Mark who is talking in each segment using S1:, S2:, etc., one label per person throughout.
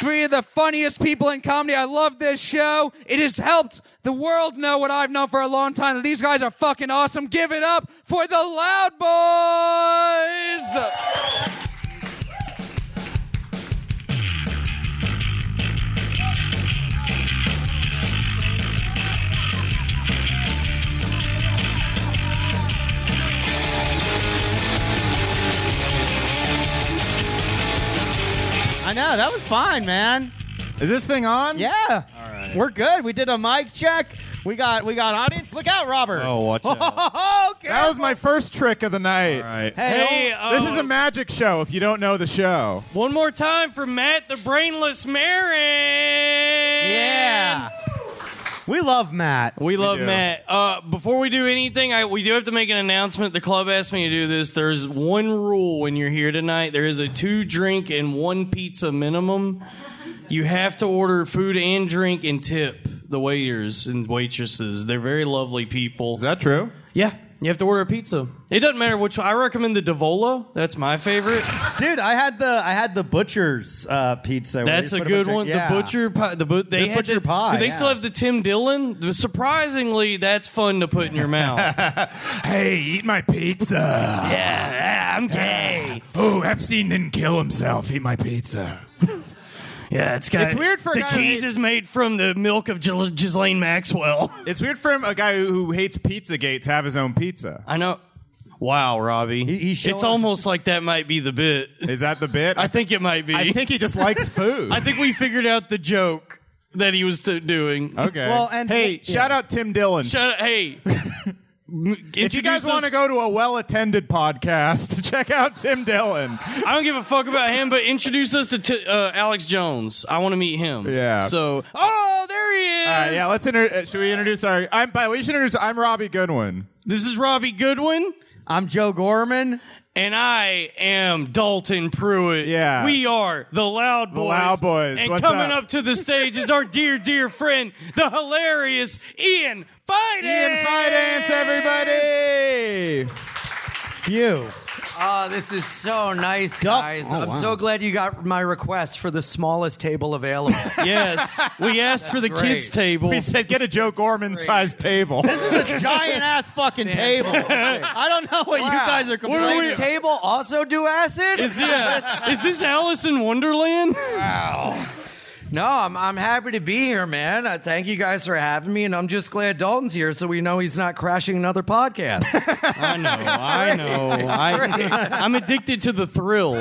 S1: three of the funniest people in comedy. I love this show. It has helped the world know what I've known for a long time that these guys are fucking awesome. Give it up for the Loud Boys.
S2: I know that was fine, man.
S3: Is this thing on?
S2: Yeah, we're good. We did a mic check. We got we got audience. Look out, Robert.
S4: Oh, watch out.
S2: Oh, okay.
S3: That was my first trick of the night.
S4: All right.
S2: Hey,
S5: Hey,
S2: don't-
S5: uh,
S3: This is a magic show if you don't know the show.
S5: one more time for Matt the Brainless Marin.
S2: yeah. We love Matt.
S5: We love
S3: do.
S5: Matt. Uh, before we do anything, I, we do have to make an announcement. The club asked me to do this. There's one rule when you're here tonight. There is a two drink and one pizza minimum. You have to order food and drink and tip the waiters and waitresses. They're very lovely people.
S3: Is that true?
S5: yeah, you have to order a pizza. It doesn't matter which. I recommend the Davolo. That's my favorite.
S2: Dude, I had the I had the butcher's uh, pizza. where
S5: That's
S2: you
S5: a
S2: put
S5: good
S2: bunch of-
S5: one.
S2: yeah.
S5: The butcher pie. The, but they
S2: The
S5: had
S2: butcher pie,
S5: Do they
S2: yeah.
S5: still have the Tim Dillon? Surprisingly, that's fun to put in your mouth.
S3: Hey, eat my pizza.
S5: yeah, I'm gay.
S3: Oh, Epstein didn't kill himself. Eat my pizza.
S5: Yeah, it's got.
S3: It's weird for a
S5: the
S3: guy who
S5: cheese
S3: hates-
S5: is made from the milk of Gis- Ghislaine Maxwell.
S3: It's weird for him, a guy who, who hates Pizzagate to have his own pizza.
S5: I know. Wow, Robbie.
S2: He- he's showing-
S5: it's almost like that might be the bit.
S3: Is that the bit?
S5: I think it might be.
S3: I think he just likes food.
S5: I think we figured out the joke that he was t- doing.
S3: okay.
S2: Well, and-
S3: hey,
S2: yeah.
S3: shout out Tim Dillon.
S5: Shut up. Hey.
S3: if you guys want
S5: to
S3: to go to a well-attended podcast, check out Tim Dillon.
S5: I don't give a fuck about him, but introduce us to t- uh, Alex Jones. I want to meet him.
S3: Yeah.
S5: So, oh, there he is.
S3: All right, yeah, let's inter- uh, should we introduce our? I'm by the way, we should introduce. I'm Robbie Goodwin.
S5: this is Robbie Goodwin,
S2: I'm Joe Gorman.
S5: and I am Dalton Pruitt.
S3: Yeah.
S5: We are the Loud Boys.
S3: Loud Boys.
S5: And
S3: What's
S5: coming
S3: up?
S5: up? to the stage is our dear, dear friend, the hilarious Ian Finance.
S3: Ian Finance, everybody.
S2: Phew.
S6: Oh, this is so nice, guys.
S2: Oh,
S6: I'm
S2: wow.
S6: so glad you got my request for the smallest table available.
S5: Yes. We asked for the
S6: That's
S5: kids'
S6: great.
S5: table.
S3: We said get a Joe Gorman-sized table.
S2: Giant ass fucking table. I don't know what you
S6: Wow.
S2: guys are
S5: What
S2: complaining.
S5: are
S6: Does
S5: we-
S6: this table also do acid?
S5: Is, yeah, is this Alice in Wonderland?
S6: no, I'm, I'm happy to be here, man. Uh, thank you guys for having me, and I'm just glad Dalton's here so we know he's not crashing another podcast.
S5: I know, I know. I, I'm addicted to the thrill.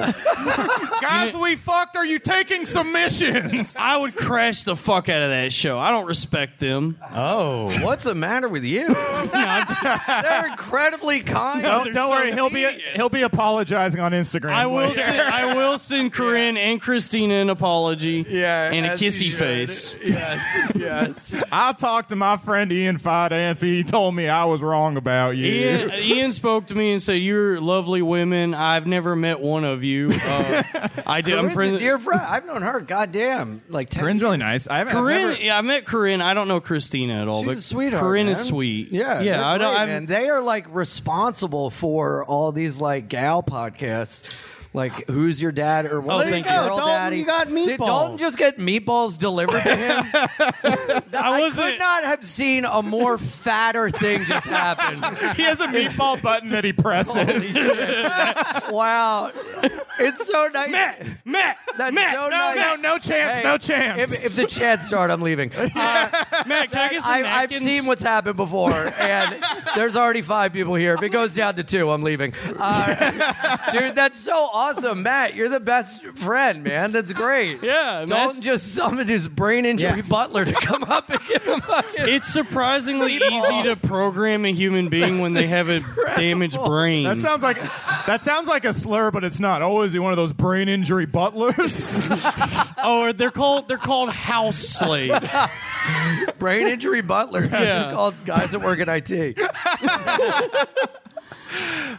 S3: Guys, we fucked. Are you taking submissions?
S5: I would crash the fuck out of that show. I don't respect them.
S2: Oh.
S6: What's the matter with you? They're incredibly kind.
S3: don't don't worry, he'll be he'll be apologizing on Instagram.
S5: I will.
S3: later.
S5: Send, I will send Corinne and Christina an apology.
S6: Yeah,
S5: and a
S6: as you
S5: kissy
S6: should.
S5: face.
S6: Yes, yes.
S3: I'll talk to my friend Ian Finance. He told me I was wrong about you.
S5: Ian, Ian spoke to me and said, "You're lovely women. I've never met one of you. Uh, I did. I'm
S6: Corinne's a
S5: friends.
S6: dear friend. I've known her, goddamn, like 10
S3: Corinne's really nice. I haven't. I've
S5: Corinne,
S3: never-
S5: yeah, I met Corinne. I don't know Christina at all,
S6: She's
S5: but
S6: a sweetheart.
S5: Corinne
S6: man.
S5: is sweet.
S6: Yeah,
S5: yeah. I don't.
S6: great,
S5: I'm-
S6: man. They are like responsible for all these like gal podcasts. Like, who's your dad or what's
S5: Oh, thank
S6: your
S5: you.
S6: girl
S2: Dalton,
S6: daddy?
S2: you got
S6: Did Dalton
S2: meatballs.
S6: just get meatballs delivered to him? I,
S5: wasn't-
S6: could not have seen a more fatter thing just happen.
S3: He has a meatball button that he presses.
S6: wow, it's so nice.
S5: Matt, Matt,
S6: That's
S5: Matt,
S6: so
S3: no,
S6: nice.
S3: no, no chance,
S6: Hey,
S3: no chance.
S6: If, if the chats start, I'm leaving.
S5: Matt. Can I get some
S6: I, I've
S5: napkins?
S6: seen what's happened before, and there's already five people here. If it goes down to two, I'm leaving. Uh, dude, that's so awesome, Matt. You're the best friend, man. That's great.
S5: Yeah, Matt's-
S6: Dalton just summoned his brain injury
S2: Yeah.
S6: butler to come up and give him a
S5: It's surprisingly easy to program a human being when they have a damaged brain.
S3: That sounds like that sounds like a slur, but it's not. Oh, is he one of those brain injury butlers?
S5: oh, they're called they're called house slaves.
S6: brain injury butler. Yeah.
S5: Yeah.
S6: just called guys that work in IT.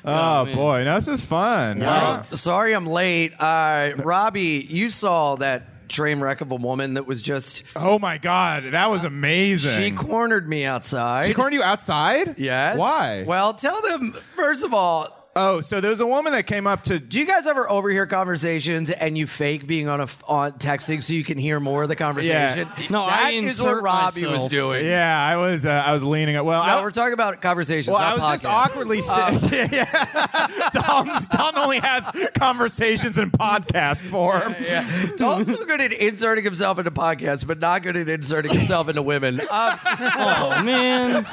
S3: oh boy, no, this is fun.
S6: Uh, sorry I'm late. Uh, Robbie, you saw that train wreck of a woman that was just,
S3: Oh my god, that was amazing.
S6: she cornered me outside.
S3: She cornered you outside?
S6: Yes.
S3: Why?
S6: Well, tell them first of all.
S3: Oh, so there was a woman that came up to.
S6: Do you guys ever overhear conversations and you fake being on a f- on texting so you can hear more of the conversation?
S5: No,
S6: That
S5: I
S6: is
S5: insert
S6: what Robbie was
S5: myself.
S6: doing.
S3: Yeah, I was. Uh, I was leaning. Up. Well,
S6: No,
S3: I,
S6: we're talking about conversations.
S3: Well,
S6: not Uh,
S3: I was just
S6: podcasts.
S3: awkwardly sitting. yeah, yeah. Tom's, Tom only has conversations in podcast form.
S6: Tom's so good at inserting himself into podcasts, but not good at inserting himself into women. Um,
S5: Oh man,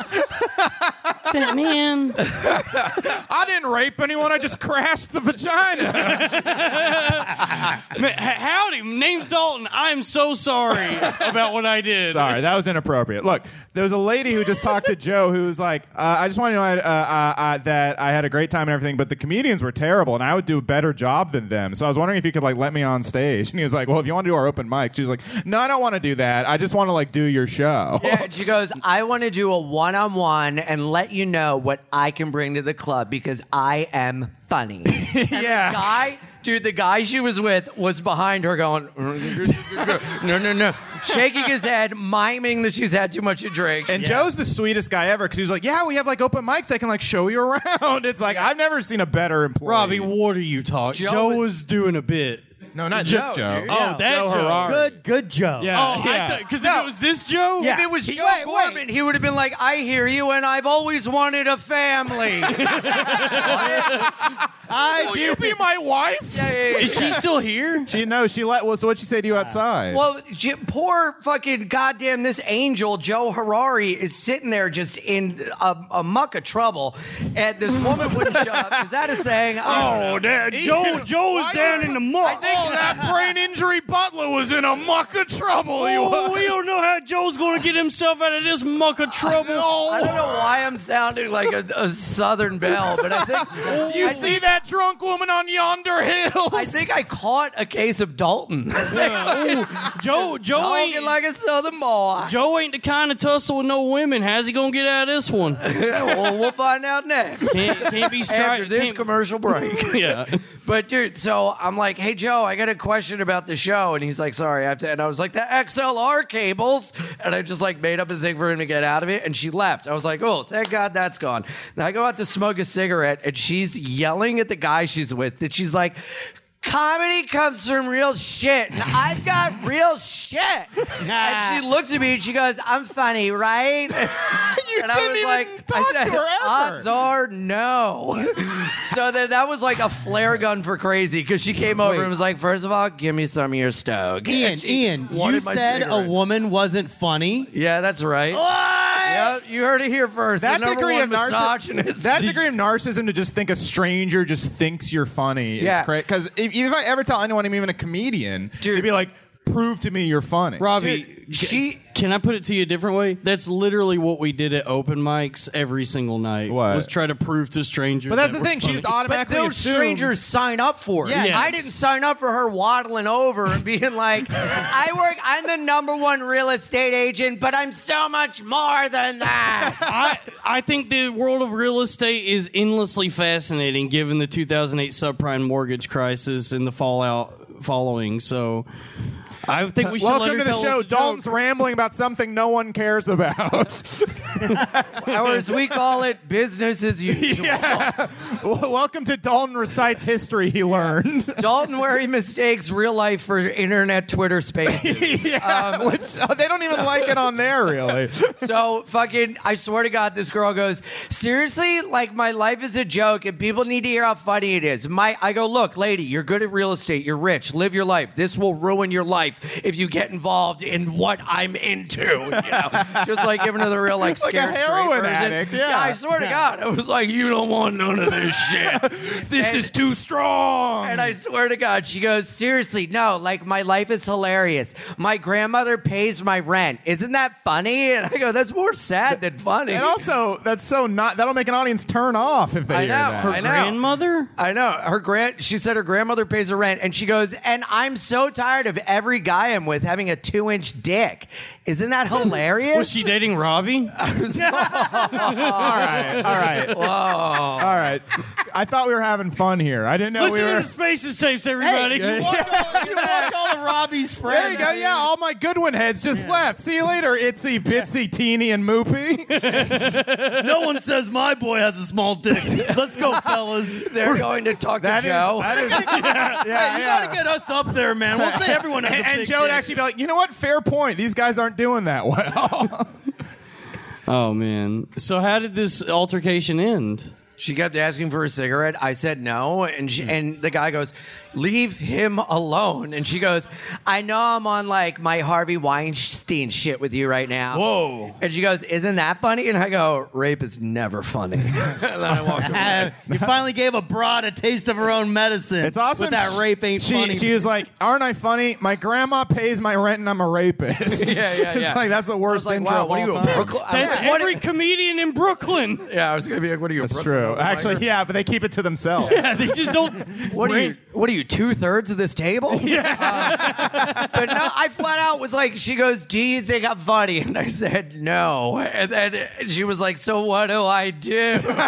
S5: that man.
S3: I didn't rape anyone. I just crashed the vagina.
S5: Man, h- Howdy, name's Dalton. I'm so sorry about what I did.
S3: Sorry, that was inappropriate. Look, there was a lady who just talked to Joe who was like, uh, "I just want to know uh, uh, uh, that I had a great time and everything, but the comedians were terrible, and I would do a better job than them. So I was wondering if you could like let me on stage." And he was like, "Well, if you want to do our open mic," she was like, "No, I don't want to do that. I just want to like do your show."
S6: yeah, she goes, I want to do a one on one and let you know what I can bring to the club because I am funny. And
S3: Yeah.
S6: The guy, dude, the guy she was with was behind her going, no, no, no, shaking his head, miming that she's had too much to drink.
S3: And Joe's the sweetest guy ever because he was like, "Yeah, we have like open mics. I can like show you around." It's like I've never seen a better employee.
S5: Robbie, what are you talking?
S6: Joe
S5: Joe,
S6: is-
S5: was doing a bit.
S3: no, not
S6: Joe,
S3: just Joe.
S6: dude.
S5: Oh,
S6: Yeah.
S5: that
S3: Joe
S5: Joe.
S3: Harari.
S2: Good, good Joe.
S3: Yeah.
S5: Oh, because if it was this Joe,
S6: if it was
S2: He-
S6: Joe
S2: wait, wait.
S6: Corbin, he would have been like, I hear you, and I've always wanted a family. yeah,
S3: Will you be my wife?
S6: yeah, yeah.
S5: is she still here?
S3: Oh, She no, she let. Well, so what'd she say to you outside?
S6: Well, j- poor fucking goddamn this angel Joe Harari is sitting there just in a, a muck of trouble, and this woman wouldn't shut up. Is that a saying? Oh,
S5: that
S3: Joe- Joe was Why down are- in the
S5: muck.
S3: oh, that brain injury Butler was in a muck of trouble. He was.
S5: Oh, we don't know how Joe's going to get himself out of this muck of trouble.
S6: I
S3: Oh,
S6: don't know why I'm sounding like a, a Southern belle, but I think
S3: you
S6: I
S3: see
S6: think-
S3: that drunk woman on yonder hill?
S6: I think I caught a case of Dalton.
S5: Joe, Joe
S6: Talking
S5: ain't,
S6: like a Southern boy.
S5: Joe ain't the kind of tussle with no women. How's he going to get out of this one?
S6: Yeah, well, we'll find out next.
S5: Can't, can't be
S6: After
S5: stri-
S6: this
S5: can't-
S6: commercial break.
S5: Yeah.
S6: But dude, so I'm like, hey Joe, I got a question about the show, and he's like, sorry, I have to. And I was like, the XLR cables, and I just like made up a thing for him to get out of it, and she left. I was like, oh, thank God that's gone. And I go out to smoke a cigarette, and she's yelling at the guy she's with that she's like. Comedy comes from real shit, and I've got real shit. and she looks at me and she goes, "I'm funny,
S3: you
S6: right?" and
S3: didn't
S6: I was
S3: even
S6: like,
S3: talk
S6: I said,
S3: to her ever.
S6: odds are no. so then that was like a flare gun for crazy because she came over
S2: Wait.
S6: and was like, first of all, give me some of your stoke.
S2: Ian,
S6: And she
S2: Ian, you
S6: wanted my
S2: said a
S6: cigarette.
S2: woman wasn't funny.
S6: Yeah, that's right. Yeah, you heard it here first.
S3: That
S6: the number
S3: degree
S6: one
S3: of narcissism.
S6: misogynist.
S3: That degree of narcissism to just think a stranger just thinks you're funny
S6: Yeah.
S3: is crazy. Because if, if I ever tell anyone I'm even a comedian,
S6: Dude.
S3: they'd be like, "Prove to me you're funny."
S5: Robbie,
S6: Dude, she-
S5: can I put it to you a different way? That's literally what we did at open mics every single night.
S3: What?
S5: Was try to prove to strangers.
S3: but that's
S5: that
S3: the
S5: we're
S3: thing. She
S5: funny.
S3: just
S6: But
S3: automatically
S6: those
S3: assumed-
S6: strangers sign up for it.
S5: Yes.
S6: I didn't sign up for her waddling over and being like, I work, I'm the number one real estate agent, but I'm so much more than that.
S5: I, I think the world of real estate is endlessly fascinating given the 2008 subprime mortgage crisis and the fallout following. So I think we should let
S3: Welcome
S5: her
S3: to the
S5: tell
S3: show.
S5: us a joke.
S3: Dalton's rambling about something no one cares about.
S6: or as we call it, business as usual.
S3: Welcome to Dalton recites history he learned.
S6: Dalton, where he mistakes real life for internet Twitter spaces.
S3: yeah, which uh, they don't even like it on there really.
S6: so fucking, I swear to God, this girl goes, seriously, like my life is a joke and people need to hear how funny it is. My, I go, look, lady, you're good at real estate. You're rich. Live your life. This will ruin your life if you get involved in what I'm into. You know? Just like giving her the real like
S3: Like a
S6: scared straight
S3: heroin
S6: person.
S3: addict, yeah.
S6: I swear to God, I was like, you don't want none of this shit.
S3: This
S6: And-
S3: is too strong.
S6: And I swear to God, she goes, seriously, no, like my life is hilarious. My grandmother pays my rent. Isn't that funny? And I go, that's more sad than funny.
S3: and also, that's so not. That'll make an audience turn off if they
S6: I
S3: hear
S6: know,
S3: that.
S6: I know.
S5: Grandmother?
S6: I know. Her grand she said her grandmother pays her rent and she goes, and I'm so tired of every guy I'm with having a two inch dick. Isn't that hilarious?
S5: Was she dating Robbie?
S6: years
S3: all right, all right, all right. I thought we were having fun here. I didn't know
S5: Listen
S3: we
S5: to
S3: were.
S5: the Spaces tapes, everybody.
S2: you walked all of Robbie's friends.
S3: There you go. Yeah, all my Goodwin heads just left. See you later, itsy bitsy teeny and moopy.
S5: No one says my boy has a small dick. Let's go, fellas.
S6: They're going to talk to
S3: That is.
S6: Joe.
S3: That is. Yeah, yeah.
S5: us up there, man. We'll say everyone
S3: and, and Joe would actually be like, you know what? Fair point. These guys aren't doing that well.
S5: Oh man. So how did this altercation end?
S6: She kept asking for a cigarette. I said no, and she, and the guy goes, "Leave him alone." And she goes, "I know I'm on like my Harvey Weinstein shit with you right now."
S5: Whoa.
S6: And she goes, "Isn't that funny?" And I go, "Rape is never funny." and then I walked away.
S2: you finally gave a broad a taste of her own medicine.
S3: It's awesome.
S2: With that rape ain't
S3: she,
S2: funny.
S3: She was like, aren't I funny? My grandma pays my rent and I'm a rapist.
S6: Yeah, yeah,
S3: It's
S6: yeah.
S3: like, that's the
S6: I
S3: worst
S6: was like,
S3: intro
S6: "Wow,
S3: of
S6: what are you,
S3: all
S6: a
S3: time.
S6: Brooklyn?" I was
S5: That's
S6: like, what-
S5: every comedian in Brooklyn.
S6: yeah, I was gonna be like, "What are you?" a
S3: That's
S6: Brooklyn
S3: true.
S6: Nine-Nine
S3: Actually,
S6: writer?
S3: yeah, but they keep it to themselves.
S5: Yeah, they just don't.
S6: What are you? What are you? Two thirds of this table? Yeah. but no, I flat out was like, she goes, "Do you think I'm funny?" And I said, "No." And then she was like, "So what do I do?" and I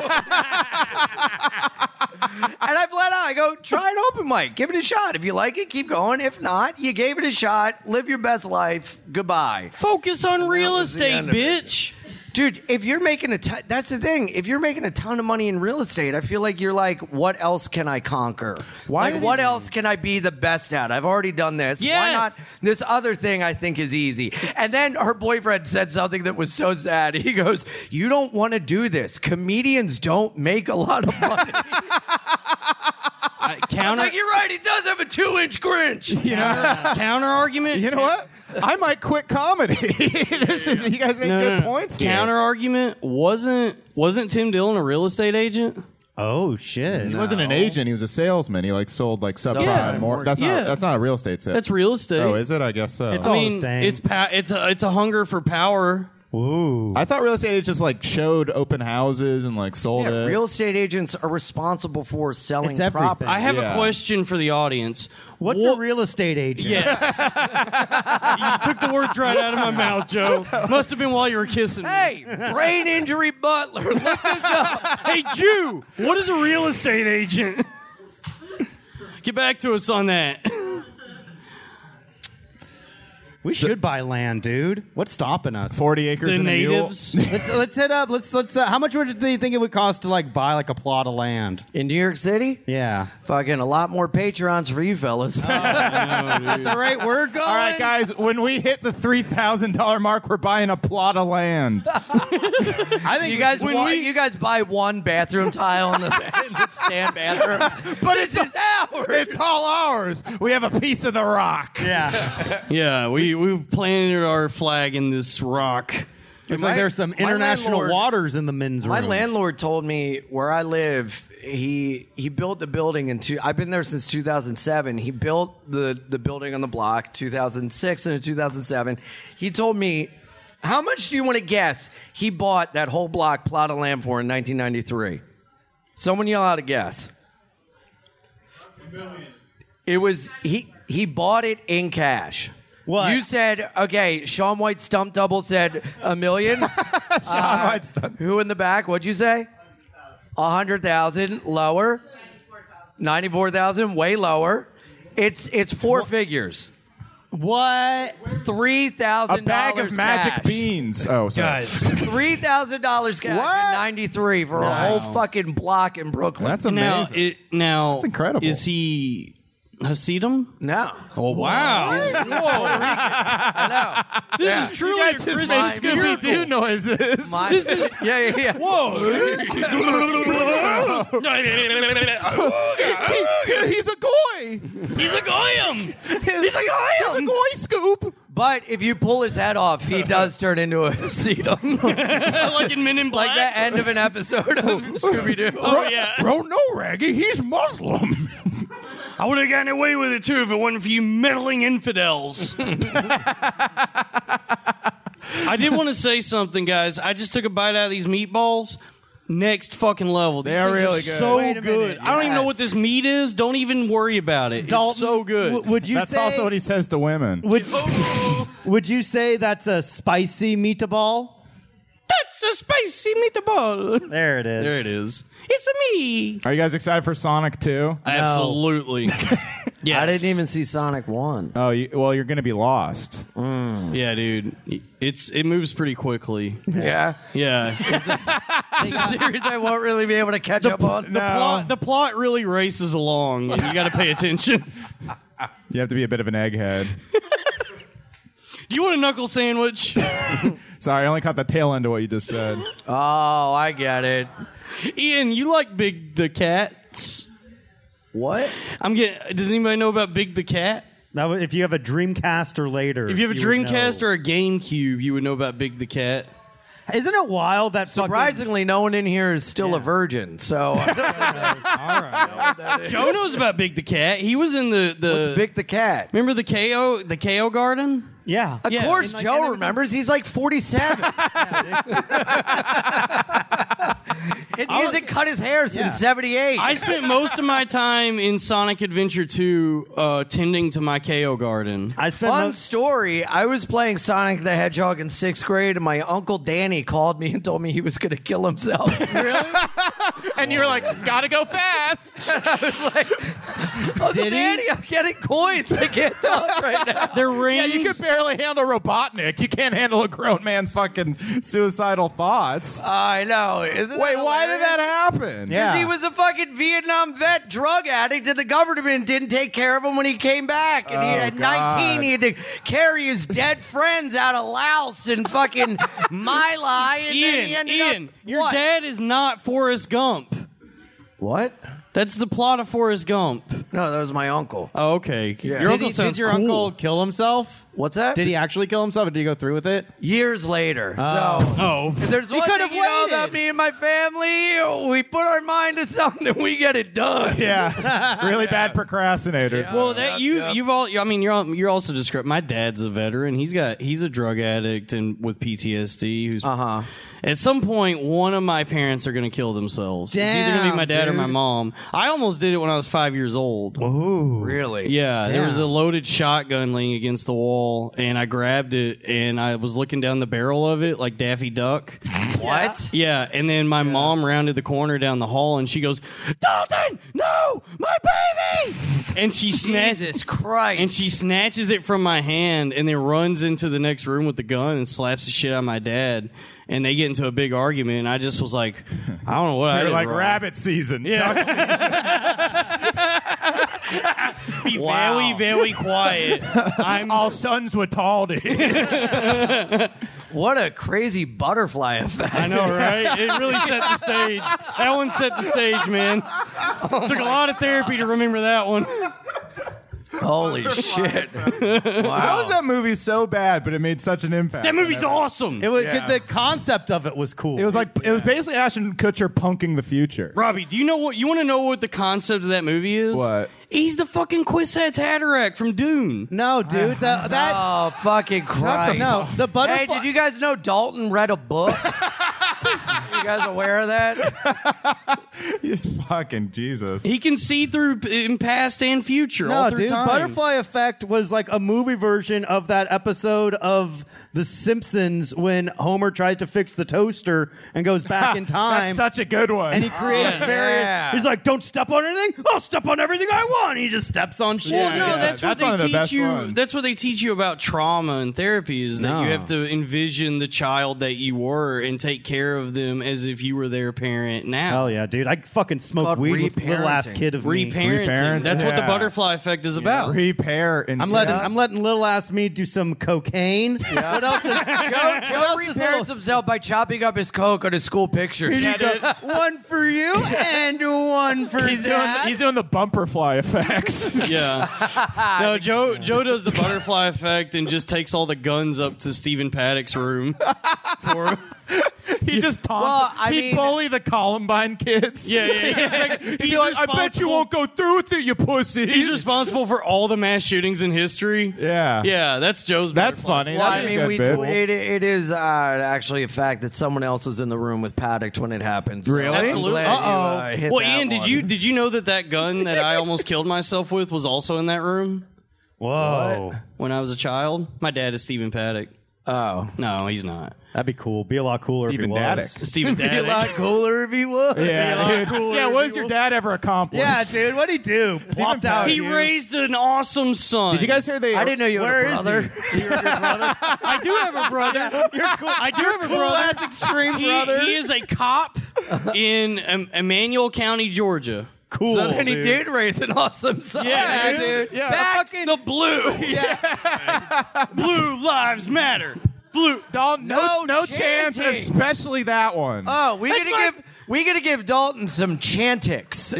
S6: flat out, I go, "Try an open mic. Give it a shot. If you like it, keep going. If not, you gave it a shot. Live your best life. Goodbye."
S5: Focus on real
S6: was the
S5: estate,
S6: end of it.
S5: bitch.
S6: Dude, if you're making a ton, that's the thing. If you're making a ton of money in real estate, I feel like you're like, what else can I conquer?
S3: Why do
S6: like,
S3: they-
S6: what else can I be the best at? I've already done this. Why
S5: Yeah.
S6: not this other thing I think is easy? And then her boyfriend said something that was so sad. He goes, You don't want to do this. Comedians don't make a lot of money.
S5: Uh,
S6: I'm
S5: counter
S6: like, You're right. He does have a two inch grinch.
S3: You know,
S5: counter argument.
S3: you know what? I might quit comedy. this is you guys make
S5: No, no,
S3: good
S5: no.
S3: points. here.
S5: Counter argument wasn't wasn't Tim Dillon a real estate agent?
S2: oh shit.
S3: He wasn't an agent. He was a salesman. He like sold like subprime.
S5: Yeah.
S3: mor- that's
S5: Yeah.
S3: not. That's not a real estate sale.
S5: That's real estate.
S3: Oh, is it? I guess so.
S2: It's
S5: I
S2: all
S5: mean,
S2: the same.
S5: it's pa- it's a it's a hunger for power.
S2: Ooh.
S3: I thought real estate agents like showed open houses and like sold
S6: Yeah,
S3: it.
S6: real estate agents are responsible for selling
S2: It's everything.
S6: property.
S5: I have
S3: Yeah.
S5: a question for the audience.
S2: What's
S5: Wha-
S2: a real estate agent?
S5: Yes. you took the words right out of my mouth, Joe. Must have been while you were kissing me.
S6: Hey, brain injury butler. Look this up.
S5: Hey, Jew, what is a real estate agent? Get back to us on that.
S2: We should buy land, dude. What's stopping us?
S3: Forty acres
S5: The
S3: and a mule.
S5: natives.
S2: Let's let's hit up. Let's let's. Uh, how much would do you think it would cost to like buy like a plot of land?
S6: In New York City?
S2: Yeah.
S6: Fucking a lot more Patreons for you fellas.
S2: All right, we're going.
S3: All right, guys. When we hit the three thousand dollar mark, we're buying a plot of land.
S6: I think you guys
S5: when
S6: wa-
S5: we-
S6: you guys buy one bathroom tile in the, in the stand bathroom.
S3: but it's just ours. It's all ours. We have a piece of the rock.
S2: Yeah.
S5: Yeah, we we've planted our flag in this rock.
S2: Looks
S6: My-
S2: like there's some
S6: my
S2: international
S6: landlord-
S2: waters in the men's
S6: My
S2: room.
S6: landlord told me where I live. He he built the building in two. I've been there since 2007. He built the the building on the block 2006 and in 2007. He told me. How much do you want to guess he bought that whole block plot of land for in 1993? Someone yell out a guess. It was he he bought it in cash.
S2: What?
S6: You said okay, Sean White stump double said a million.
S3: All right, stop.
S6: Who in the back? What'd you say? A hundred thousand lower. Ninety-four thousand, way lower. It's it's four figures.
S2: What?
S6: Three
S3: a
S6: thousand
S3: bag of magic beans. Oh, sorry.
S6: Three thousand dollars cash. in
S3: What?
S6: Ninety-three for a whole fucking block in Brooklyn.
S3: That's
S5: Now,
S3: amazing.
S5: it, now
S3: That's incredible.
S5: Is he Hasidim?
S6: no,
S5: Oh wow! Whoa!
S6: I know.
S5: this is
S6: Yeah.
S5: truly a Christmas
S6: made
S5: miracle.
S3: noises.
S6: My-
S5: This is-
S6: yeah, yeah, yeah.
S3: He's a goy.
S5: He's a goyim.
S3: He's a goy. He's a goy scoop.
S6: But if you pull his head off, he does turn into a sedum,
S5: like in Men in Black.
S6: like the end of an episode of Scooby Doo.
S5: Oh yeah.
S3: Bro, no, Raggy. He's Muslim.
S5: I would have gotten away with it too if it wasn't for you meddling infidels. I did want to say something, guys. I just took a bite out of these meatballs. Next fucking level. These
S3: They are
S5: things
S3: really good.
S5: So
S2: Wait a
S5: good.
S2: minute,
S5: I don't even know
S6: yes.
S5: what this meat is. Don't even worry about it.
S2: Dalton,
S5: it's so good.
S2: w- would you
S3: That's
S2: say?
S3: also what he says to women.
S2: would, would you say that's a spicy meatball?
S5: That's It's a spicy meatball.
S2: There it is.
S5: There it is. It's a me.
S3: Are you guys excited for Sonic 2?
S5: Absolutely. yes.
S6: I didn't even see Sonic 1.
S3: Oh, you, well, you're going to be lost.
S5: Yeah, dude. It's it moves pretty quickly.
S6: Yeah.
S5: Yeah.
S6: Series I won't really be able to catch up on.
S5: The
S3: No.
S5: plot the plot really races along and you got to pay attention.
S3: You have to be a bit of an egghead.
S5: Do you want a knuckle sandwich?
S3: Sorry, I only caught the tail end of what you just said.
S6: Oh, I get it.
S5: Ian, you like Big the Cats?
S6: What?
S5: I'm getting Does anybody know about Big the Cat?
S2: That was- if you have a Dreamcast or later.
S5: If you have a
S2: would
S5: Dreamcast
S2: know.
S5: or a GameCube, you would know about Big the Cat.
S2: Isn't it wild that fucking-
S6: Surprisingly, no one in here is still a virgin, so I don't know what that is.
S5: Joe knows about Big the Cat. He was in the the
S6: Let's pick the cat.
S5: Remember the KO the KO garden?
S2: Yeah.
S6: Of
S5: Yeah,
S6: course,
S5: and, like,
S6: Joe
S5: and it was-
S6: remembers. He's like 47. he hasn't cut his hair since
S2: Yeah.
S6: 78.
S5: I spent most of my time in Sonic Adventure 2 uh, tending to my KO garden.
S2: I spent
S6: Fun
S2: most-
S6: story. I was playing Sonic the Hedgehog in sixth grade, and my uncle Danny called me and told me he was going to kill himself.
S4: And you're like, gotta go fast.
S6: uncle Danny, I'm getting coins. I can't talk right now.
S5: They're rings.
S3: you can barely handle Robotnik. You can't handle a grown man's fucking suicidal thoughts.
S6: I know. Isn't
S3: Wait, why did that happen?
S2: Uh, Yeah.
S6: Because he was a fucking Vietnam vet drug addict, and the government didn't take care of him when he came back. And he,
S3: Oh,
S6: at
S3: God.
S6: 19, he had to carry his dead friends out of Laos and fucking My Lai. And then he
S5: Ian,
S6: ended
S5: Ian,
S6: up.
S5: your
S6: what?
S5: dad is not Forrest Gump.
S6: What?
S5: That's the plot of Forrest Gump.
S6: No, that was my uncle.
S5: Oh, okay.
S6: Yeah.
S5: Your
S2: Did,
S5: uncle
S2: he-
S5: sounds
S2: did your
S5: cool.
S2: uncle kill himself?
S6: What's that?
S2: Did he actually kill himself or did he go through with it?
S6: Years later. So.
S5: Oh,
S6: If there's one
S2: could've
S6: thing you know about
S2: waited.
S6: me and my family, we put our mind to something and we get it done.
S3: Yeah. really bad procrastinators.
S5: well, that you you've all. I mean, you're you're also described. My dad's a veteran. He's got he's a drug addict and with PTSD. Who's
S6: Uh huh.
S5: At some point, one of my parents are going to kill themselves. it's either going to be
S2: Damn,
S5: my dad or my
S2: dude.
S5: mom. I almost did it when I was five years old.
S6: Really?
S5: Yeah, there was
S2: Damn.
S5: a loaded shotgun laying against the wall, and I grabbed it, and I was looking down the barrel of it like Daffy Duck.
S6: What?
S5: Yeah, and then my mom rounded the corner down the hall, and she goes, "Dalton, no, my baby!" And she snatches.
S6: Jesus Christ.
S5: And she snatches it from my hand and then runs into the next room with the gun and slaps the shit out of my dad. And they get into a big argument. And I just was like, I don't know what I
S3: They're
S5: did
S3: like
S5: wrong.
S3: rabbit season. Duck season.
S5: Be
S6: Wow.
S5: very, very quiet. I'm
S3: All sons were Taldy.
S6: What a crazy butterfly effect.
S5: I know, right? It really set the stage. That one set the stage, man. Took a lot of therapy to remember that one.
S6: Holy shit.
S3: How is that movie so bad, but it made such an impact?
S5: That movie's awesome.
S2: It was 'cause
S6: Yeah.
S2: the concept of it was cool.
S3: It was like it was basically Ashton Kutcher punking the future.
S5: Robbie, do you know what you want to know what the concept of that movie is?
S3: What?
S5: He's the fucking Quissatz Haderach from Dune.
S2: no, dude, the, that
S6: Oh, fucking Christ.
S2: no, the
S6: Hey,
S2: butterfly.
S6: did you guys know Dalton read a book? you guys aware of that?
S3: Fucking Jesus.
S5: He can see through p- in past and future.
S2: no,
S5: all through
S2: dude,
S5: time.
S2: Butterfly Effect was like a movie version of that episode of The Simpsons when Homer tries to fix the toaster and goes back in time.
S3: Ah, That's such a good one.
S2: and he creates
S5: Yes.
S2: various.
S6: Yeah.
S2: He's like, "Don't step on anything. I'll step on everything I want." He just steps on shit.
S5: Well,
S3: Yeah,
S5: no,
S3: yeah,
S5: that's,
S3: that's one
S5: what
S3: of the
S5: they teach
S3: best
S5: you.
S3: ones.
S5: That's what they teach you about trauma and therapy is that you
S2: No.
S5: have to envision the child that you were and take care of them as if you were their parent now.
S2: Hell yeah, dude! I fucking smoke
S6: called
S2: weed with the little ass
S6: reparenting.
S2: kid of me.
S5: Reparenting.
S3: Reparenting.
S5: That's what the
S3: Yeah.
S5: butterfly effect is about.
S3: Repair. And
S2: I'm letting I'm letting little ass me do some cocaine. What else? Is,
S6: Joe, Joe
S2: is
S6: repairs
S2: little-
S6: himself by chopping up his coke on his school pictures.
S2: one for you and one for
S3: He's doing,
S2: Dad.
S3: he's doing the bumper fly effects.
S5: yeah. No, Joe Joe does the butterfly effect and just takes all the guns up to Stephen Paddock's room. For him.
S3: he just taunts.
S6: Well, I
S3: he
S6: mean-
S3: bully the Columbine kids.
S5: Yeah, yeah. yeah. He's,
S3: He'd be like, I bet you
S5: responsible-
S3: won't go through with it, you pussy.
S5: He's responsible for all the mass shootings in history.
S3: yeah.
S5: Yeah, that's Joe's.
S3: That's
S5: butterfly
S3: funny.
S6: Well,
S3: That
S6: I
S3: is
S6: mean,
S3: good
S6: we,
S3: bit.
S6: it, it is uh, actually a fact that someone else was in the room with Paddock when it happened. So
S3: Really?
S6: I'm glad
S5: Absolutely.
S6: you, uh, hit
S5: well,
S6: that
S5: Ian, did
S6: one.
S5: you did you know that that gun that I almost killed myself with was also in that room
S2: Whoa!
S5: when I was a child? My dad is Stephen Paddock.
S6: Oh,
S5: No, he's not.
S2: That'd be cool. Be a lot cooler
S3: Steven
S2: if he was.
S3: Daddick.
S5: Steven
S6: be a lot
S5: Daddick.
S6: cooler if he would.
S3: Yeah,
S5: cooler
S3: yeah. What has
S5: if
S3: your
S5: you-
S3: dad ever accomplished?
S2: Yeah, dude. What'd he do? Plopped out.
S5: He
S2: dude.
S5: raised an awesome son.
S3: Did you guys hear they?
S6: I didn't know you had
S2: Where
S6: a
S2: is
S6: brother.
S5: I do have a brother. You're cool. I do have a brother.
S2: That's extreme,
S5: He-
S2: brother.
S5: He, is a cop in um, Emanuel County, Georgia.
S2: cool.
S6: so then he
S2: dude.
S6: did raise an awesome son.
S2: Yeah, dude.
S3: Yeah,
S6: Back the blue.
S5: Blue lives matter. Blue.
S3: Dalton, no,
S6: No
S3: no chance,
S6: chanting.
S3: especially that one.
S6: Oh, we
S5: That's
S6: gonna
S5: my-
S6: give we gonna give Dalton some chantix.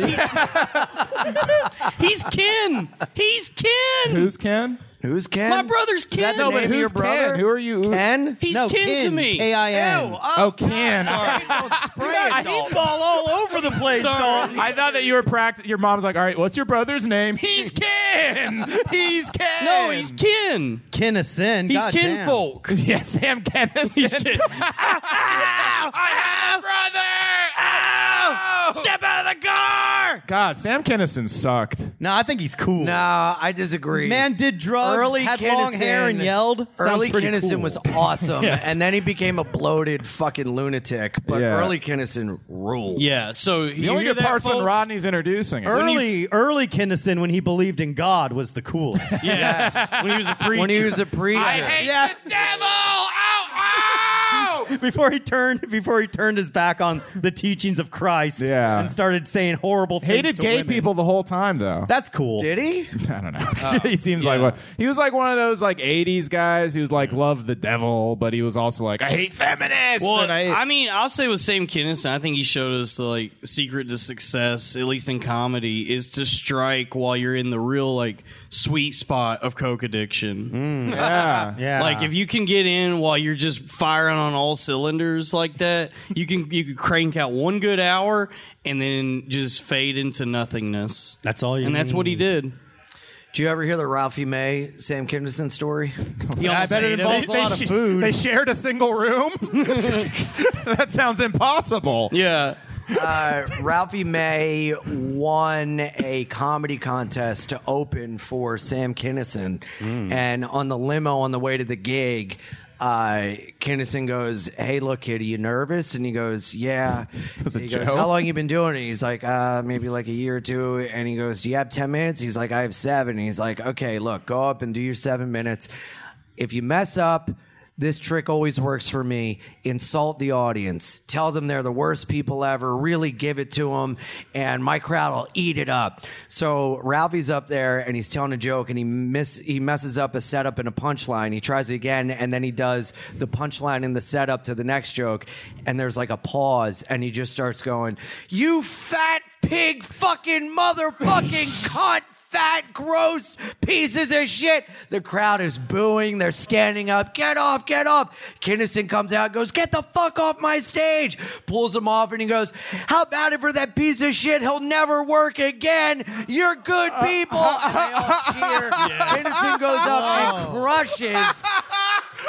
S5: He's kin. He's kin.
S3: Who's Ken?
S6: Who's Ken?
S5: My brother's kin.
S6: that the name of your brother?
S3: Ken? Who are you?
S6: Ken?
S5: He's kin, to me.
S2: K I
S6: Ew,
S2: N.
S3: Oh, Ken.
S6: Don't spray it, Dalton.
S2: all over the place,
S5: Sorry.
S3: I thought that you were practicing. Your mom's like, all right, what's your brother's name? He's Ken. He's Ken.
S5: No, Oh, he's kin.
S2: Kinnison.
S5: He's
S2: God damn.
S5: kinfolk.
S3: Yes, Sam Kennison.
S5: He's kin.
S3: I have a brother.
S5: Step out of the car.
S3: God, Sam Kennison sucked.
S2: No, I think he's cool.
S6: Nah, I disagree.
S2: Man did drugs,
S6: Early
S2: had long
S6: Kinnison-
S2: hair, and yelled.
S6: Early
S2: Sounds pretty
S6: Kinnison
S2: cool.
S6: was awesome, and then he became a bloated fucking lunatic. But
S3: Yeah.
S6: early Kinnison ruled.
S5: Yeah. So you
S3: The only
S5: hear
S3: good
S5: that,
S3: part's when
S5: folks?
S3: Rodney's introducing it.
S2: Early, early Kinnison when he believed in God was the coolest.
S5: Yes. when he was a preacher.
S6: When he was a preacher,
S2: yeah, before he turned, before he turned his back on the teachings of Christ,
S3: Yeah.
S2: and started saying horrible things.
S3: Hated
S2: to
S3: gay
S2: women.
S3: people the whole time, though.
S2: That's cool.
S6: did he?
S3: I don't know. he seems like one. He was like one of those like '80s guys who's like loved the devil, but he was also like, I hate feminists.
S5: Well,
S3: and I, hate-
S5: I mean, I'll say with Sam Kinison, I think he showed us the like secret to success, at least in comedy, is to strike while you're in the real like sweet spot of coke
S3: Mm.
S5: addiction.
S3: yeah,
S2: Yeah.
S5: Like if you can get in while you're just firing on all cylinders like that, you can you can crank out one good hour and then just fade into nothingness.
S2: That's all you
S5: And that's what he did.
S6: Do you ever hear the Ralphie May Sam Kinison story?
S5: He
S3: I
S5: almost
S3: bet
S5: ate
S3: it
S5: him.
S3: involves a lot of food. They shared a single room. that sounds impossible.
S5: Yeah.
S6: uh, Ralphie May won a comedy contest to open for Sam Kinison.
S3: Hmm.
S6: And on the limo on the way to the gig, uh, Kinnison goes, Hey, look, kid, are you nervous? And he goes, Yeah.
S3: That's a
S6: And he goes,
S3: joke.
S6: How long you been doing it? He's like, uh, Maybe like a year or two. And he goes, Do you have 10 minutes? He's like, I have seven. He's like, Okay, look, go up and do your seven minutes. If you mess up, this trick always works for me. Insult the audience. Tell them they're the worst people ever. Really give it to them. And my crowd will eat it up. So Ralphie's up there and he's telling a joke and he miss he messes up a setup and a punchline. He tries again and then he does the punchline and the setup to the next joke. And there's like a pause and he just starts going, You fat pig fucking motherfucking cunt fat, gross pieces of shit. The crowd is booing. They're standing up. Get off, get off. Kinnison comes out, goes, Get the fuck off my stage. Pulls him off and he goes, How about it for that piece of shit? He'll never work again. You're good people. and they all cheer. Kinnison goes up and crushes.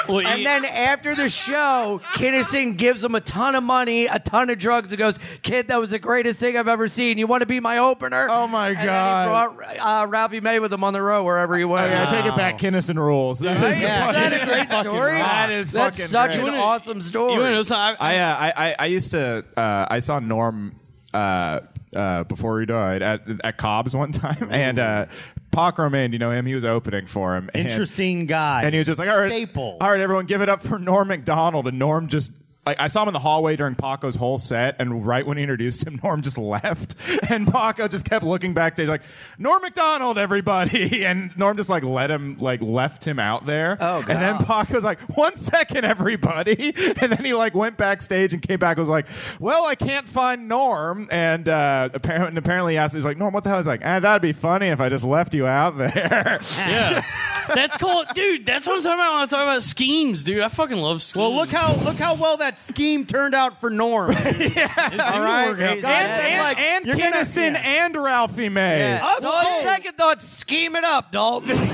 S5: Well,
S6: And
S5: he-
S6: then after the show, Kinnison gives him a ton of money, a ton of drugs, and goes, "Kid, that was the greatest thing I've ever seen. You want to be my opener?"
S3: Oh, my
S6: And then
S3: God.
S6: he brought uh, Ralphie May with him on the road wherever he went.
S3: Yeah, I take it back. Kinnison rules. That is,
S6: Yeah,
S3: fucking-
S6: that is a great story.
S3: That is
S6: That's
S3: fucking
S6: such
S3: great.
S6: an
S5: You wanna-
S6: awesome story.
S5: you know, so I,
S3: I, uh, I I I used to uh, I saw Norm uh, uh, before he died at at Cobb's one time, and uh, Pac Romaine, you know him, he was opening for him. and-
S2: Interesting guy.
S3: and he was just like, all right,
S2: staple.
S3: all right, everyone, give it up for Norm Macdonald. And Norm just. Like, I saw him in the hallway during Paco's whole set, and right when he introduced him, Norm just left, and Paco just kept looking backstage like Norm Macdonald, everybody, and Norm just like let him like left him out there.
S6: Oh, God.
S3: And then Paco's like, one second, everybody, and then he like went backstage and came back and was like, well, I can't find Norm, and uh, apparently, and apparently he asked, he's like, Norm, what the hell? He's like, eh, that'd be funny if I just left you out there.
S5: Yeah. that's called, dude. That's what I'm talking about when I talk about schemes, dude. I fucking love schemes.
S2: well, look how look how well that scheme turned out for Norm.
S5: all
S2: He's-
S3: and,
S2: Yeah.
S3: and,
S2: Like,
S3: and
S2: you're gonna-
S3: Kinnison and Ralphie May.
S6: yeah. So on second thought, scheme it up, Dalton.
S2: but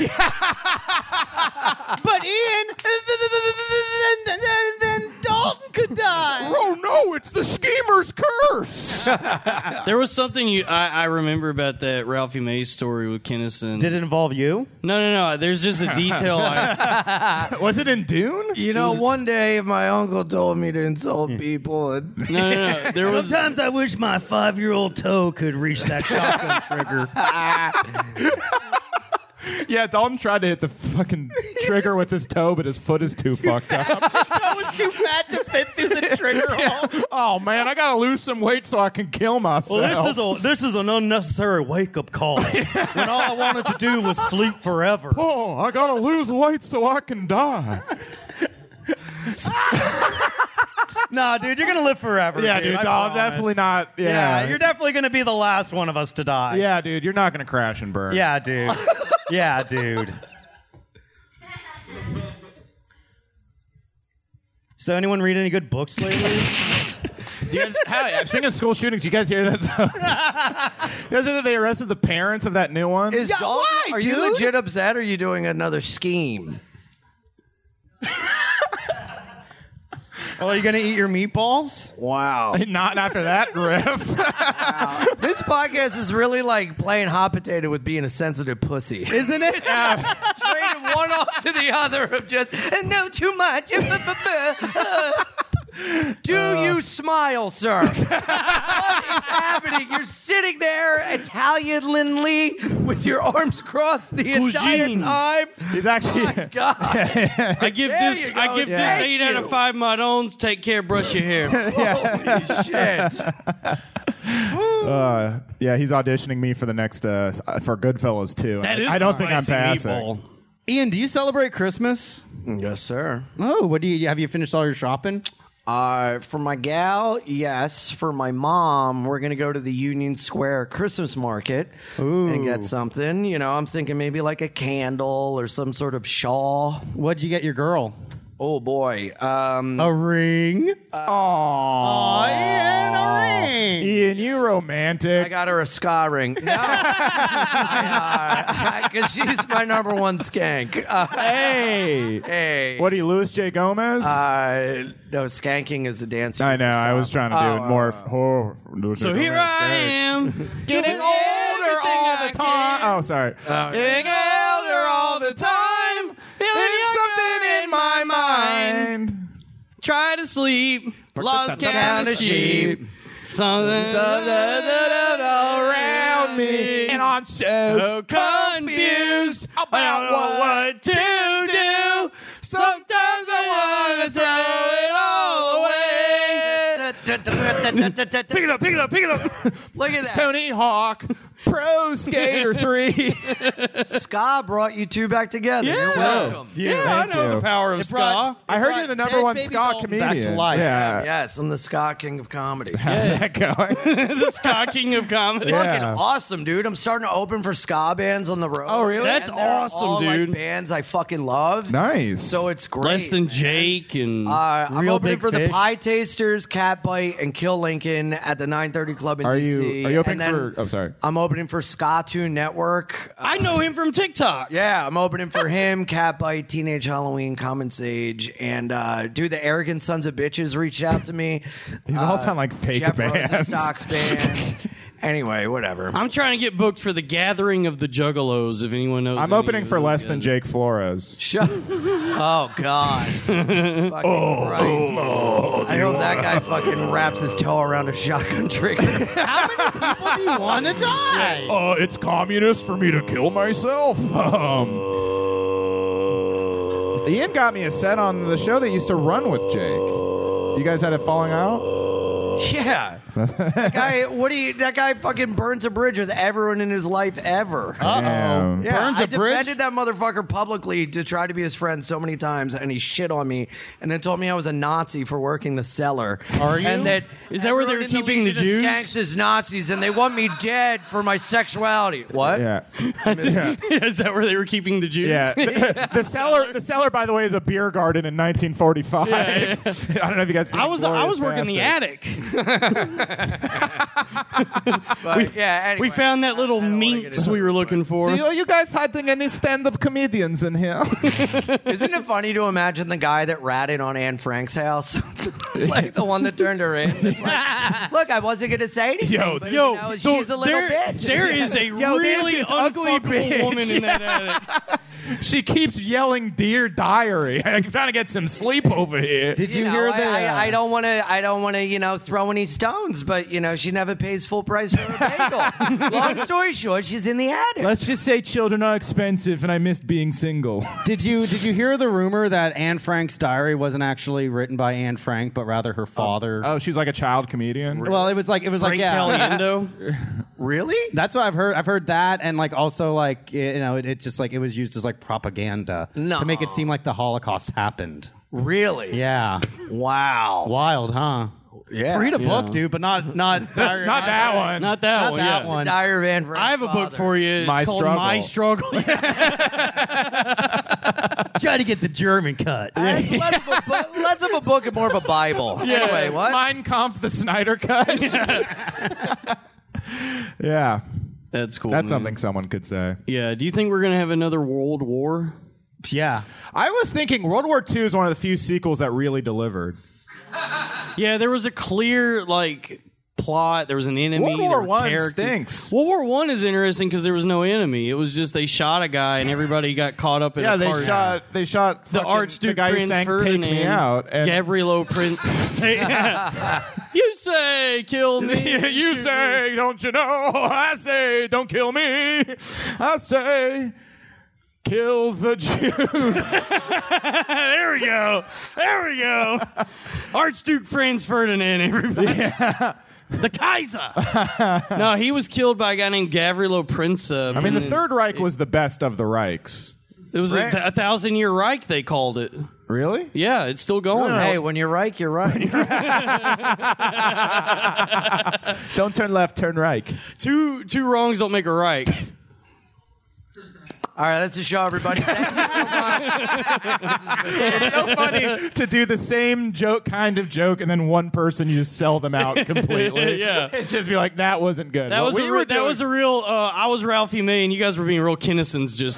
S2: Ian, then, then, then Dalton could die.
S3: Oh no, it's the schemer's curse. curse.
S5: There was something you I, I remember about that Ralphie Mays story with Kinnison.
S2: Did it involve you?
S5: no, no, no. There's just a detail. I,
S3: Was it in Dune?
S6: You know, one day my uncle told me to insult people, and
S5: no, no, no. There was
S2: Sometimes I wish my five year old toe could reach that shotgun trigger.
S3: Yeah, Dalton tried to hit the fucking trigger with his toe, but his foot is too fucked up.
S4: That was too fat to fit through the trigger hole.
S3: oh man, I gotta lose some weight so I can kill myself.
S2: Well, this is a this is an unnecessary wake up call. when all I wanted to do was sleep forever.
S3: oh, I gotta lose weight so I can die.
S2: nah, dude, you're gonna live forever.
S3: Yeah, dude,
S2: I
S3: Dalton,
S2: promise.
S3: definitely not. Yeah,
S2: Yeah, you're definitely gonna be the last one of us to die.
S3: Yeah, dude, you're not gonna crash and burn.
S2: yeah, dude. yeah, dude. So, anyone read any good books lately?
S3: You guys, Hallie, I've seen the school shootings. You guys hear that? Those- you guys hear that they arrested the parents of that new one?
S6: is
S3: Yeah,
S6: Dalton?
S3: why,
S6: are
S3: dude?
S6: you legit upset? Or are you doing another scheme?
S2: well, Oh, are you gonna eat your meatballs?
S6: Wow,
S3: Not after that riff.
S6: this podcast is really like playing hot potato with being a sensitive pussy.
S2: Isn't it?
S6: Trading one off to the other of just and no too much. Uh. Do you smile, sir? what is happening? You're sitting there Italianly with your arms crossed the entire
S5: Cuisine.
S6: time.
S3: He's actually.
S2: Oh
S3: uh,
S6: God.
S5: I give
S6: There
S5: this
S6: you go.
S5: I give
S6: Thank
S5: this eight out
S6: you.
S5: of five Maroons. Take care, brush your hair.
S6: Holy shit.
S3: Uh, yeah, he's auditioning me for the next uh, for Goodfellas too.
S5: That is
S3: I don't think I'm
S5: spicy
S3: passing.
S5: meatball.
S2: Ian, do you celebrate Christmas?
S6: Yes, sir.
S2: Oh, what do you have? You finished all your shopping?
S6: Uh, for my gal, yes. For my mom, we're gonna go to the Union Square Christmas market and get something. You know, I'm thinking maybe like a candle or some sort of shawl.
S2: What'd you get your girl?
S6: Oh boy. Um,
S2: A ring.
S3: Aww.
S2: Ian, a ring.
S3: Ian, you romantic.
S6: I got her a ska ring. No, because she's my number one skank. Uh,
S3: hey.
S6: hey,
S3: What are you, Luis J. Gomez?
S6: Uh, no, skanking is a dance.
S3: I know.
S6: for ska.
S3: I was trying to do it more. Oh, Luis J.
S5: So here
S3: Gomez,
S5: I
S3: hey.
S5: am.
S3: Getting older all the time. Oh, sorry. Getting older all the time. There's something in my mind.
S5: Try to sleep. Lost
S6: Down
S5: count
S6: a
S5: of sheep.
S6: sheep.
S5: Something
S3: Da, da, da, da, da, around me. And I'm so
S5: so confused about what, what to do. Sometimes I wanna throw it all away.
S6: Pick
S5: Pick it up, pick it up, pick it up.
S6: Look at that.
S3: Tony Hawk, Pro Skater 3.
S6: Ska brought you two back together. You're welcome.
S5: yeah, I know
S3: you.
S5: the power of ska.
S2: brought-
S3: I heard you're
S2: brought
S3: the number
S2: Dead
S3: one
S2: Baby
S3: ska
S2: Dalton
S3: comedian.
S2: back to life.
S3: Yeah.
S6: Yes, I'm the ska king of comedy.
S3: How's that going?
S5: the ska king of comedy.
S6: Fucking awesome, dude. I'm starting to open for ska bands on the road.
S3: Oh, really?
S5: That's
S6: And they're
S5: awesome,
S6: all, like,
S5: dude.
S6: bands I fucking love.
S3: Nice.
S6: So it's great.
S5: Less than Jake and
S6: Uh, I'm
S2: Real
S6: opening
S2: big
S6: for the
S2: fish.
S6: Pie Tasters, Cat Bite, and Kill Lincoln at the 9:30 Club in
S3: are
S6: DC.
S3: you are you opening
S6: And then
S3: for? I'm sorry.
S6: I'm opening for Ska Tune Network. Uh,
S5: I know him from TikTok.
S6: yeah, I'm opening for him, Cat Bite, Teenage Halloween, Common Sage, and uh, dude, the Arrogant Sons of Bitches reached out to me. Uh,
S3: These all sound like fake
S6: Jeff
S3: bands.
S6: Rosenstock's band. anyway, whatever.
S5: I'm trying to get booked for the Gathering of the Juggalos. If anyone knows,
S3: I'm
S5: any
S3: opening
S5: of
S3: for
S5: those
S3: less
S5: guys.
S3: than Jake Flores.
S6: Shut. Oh God. fucking
S3: Oh,
S6: Christ. I hope that guy fucking wraps his toe around a shotgun trigger.
S2: wanna die.
S3: Uh, it's communist for me to kill myself. Um, Uh, Ian got me a set on the show that used to run with Jake. You guys had it falling out?
S6: Yeah. that guy, what do you, that guy fucking burns a bridge with everyone in his life ever.
S3: Damn.
S6: yeah,
S2: burns
S6: I
S2: a bridge?
S6: defended that motherfucker publicly to try to be his friend so many times, and he shit on me, and then told me I was a Nazi for working the cellar. Are you? And that
S5: Is that where they
S6: everyone
S5: were
S6: in
S5: keeping the
S6: Legion
S5: Jews?
S6: of Skanks is Nazis, and they want me dead for my sexuality. What?
S3: Yeah.
S5: Is that where they were keeping the Jews?
S3: Yeah. the, the cellar, the cellar, by the way, is a beer garden in 1945. I don't know if you guys. seen
S5: I was I
S3: Glorious
S5: was working the
S3: Bastards.
S5: attic.
S6: But yeah, anyway,
S5: We found that little
S6: I don't wanna get
S5: minx
S6: into
S5: we were looking for.
S3: Are you guys hiding any stand-up comedians in here?
S6: Isn't it funny to imagine the guy that ratted on Anne Frank's house? like the one that turned her in. It's like, Look, I wasn't going to say anything.
S3: Yo,
S6: but,
S5: Yo,
S6: you know, she's
S5: the-
S6: a little
S5: there,
S6: bitch.
S5: There is a
S3: Yo, there's
S5: really
S3: this ugly
S5: ugly
S3: bitch.
S5: woman in that attic.
S3: she keeps yelling "Dear Diary." I'm trying to get some sleep over here.
S2: Did you,
S6: You know,
S2: hear uh,
S6: I,
S2: that?
S6: I, I don't want to. I don't want to. You know, throw any stones. But you know, she never pays full price for a bagel. Long story short, she's in the attic.
S3: Let's just say children are expensive, and I missed being single.
S2: Did you did you hear the rumor that Anne Frank's diary wasn't actually written by Anne Frank, but rather her father?
S3: oh, she's like a child comedian.
S2: well, it was like it was like
S5: Frank
S2: yeah.
S5: Caliendo.
S6: really?
S2: That's what I've heard. I've heard that, and like also like you know, it, it just like it was used as like propaganda
S6: No.
S2: to make it seem like the Holocaust happened.
S6: Really?
S2: Yeah,
S6: Wow.
S2: wild, huh?
S6: Yeah.
S2: Read a book, dude, but not not not
S3: Not that one.
S5: Not that
S2: Not
S5: one. Oh,
S2: that
S5: yeah.
S2: one.
S6: Dire Van Frank's
S5: I have a book
S6: father.
S5: for you. It's
S3: My
S5: called
S3: Struggle.
S5: My Struggle.
S2: Try to get the German cut.
S6: That's less of a book, less of a book and more of a Bible. Anyway, what?
S3: Mein Kampf, the Snyder Cut. yeah,
S5: That's cool.
S3: that's
S5: man.
S3: something someone could say.
S5: Yeah. Do you think we're gonna have another world war?
S2: Yeah,
S3: I was thinking World War II is one of the few sequels that really delivered.
S5: Yeah, there was a clear like plot. There was an enemy.
S3: World
S5: there
S3: War
S5: were
S3: One
S5: characters.
S3: stinks.
S5: World War One is interesting because there was no enemy. It was just they shot a guy and everybody got caught up in
S3: Yeah,
S5: a
S3: they
S5: car.
S3: shot. They shot
S5: the
S3: fucking-
S5: Archduke
S3: the guy who
S5: Franz
S3: sang
S5: Ferdinand,
S3: "Take Me Out." And
S5: Gabrielo Prince. you say kill me.
S3: you
S5: shoot me.
S3: say, don't you know? I say, don't kill me. I say, kill the Jews.
S5: There we go. There we go. Archduke Franz Ferdinand, everybody. The Kaiser. no, he was killed by a guy named Gavrilo Princip.
S3: I mean, the Third Reich was the best of the Reichs.
S5: It was a, th- a thousand year Reich. They called it.
S3: Really?
S5: Yeah, it's still going.
S6: Oh, Hey, when you're right, you're right.
S3: Don't turn left, turn Reich.
S5: Two two wrongs don't make a right.
S6: All right, that's the show, everybody.
S3: so funny to do the same joke, kind of joke, and then one person you just sell them out completely.
S5: Yeah.
S3: It'd just be like that wasn't good.
S5: That
S3: What
S5: was
S3: we
S5: a
S3: were
S5: re- that
S3: doing-
S5: was a real. Uh, I was Ralphie May, and you guys were being real Kinnisons just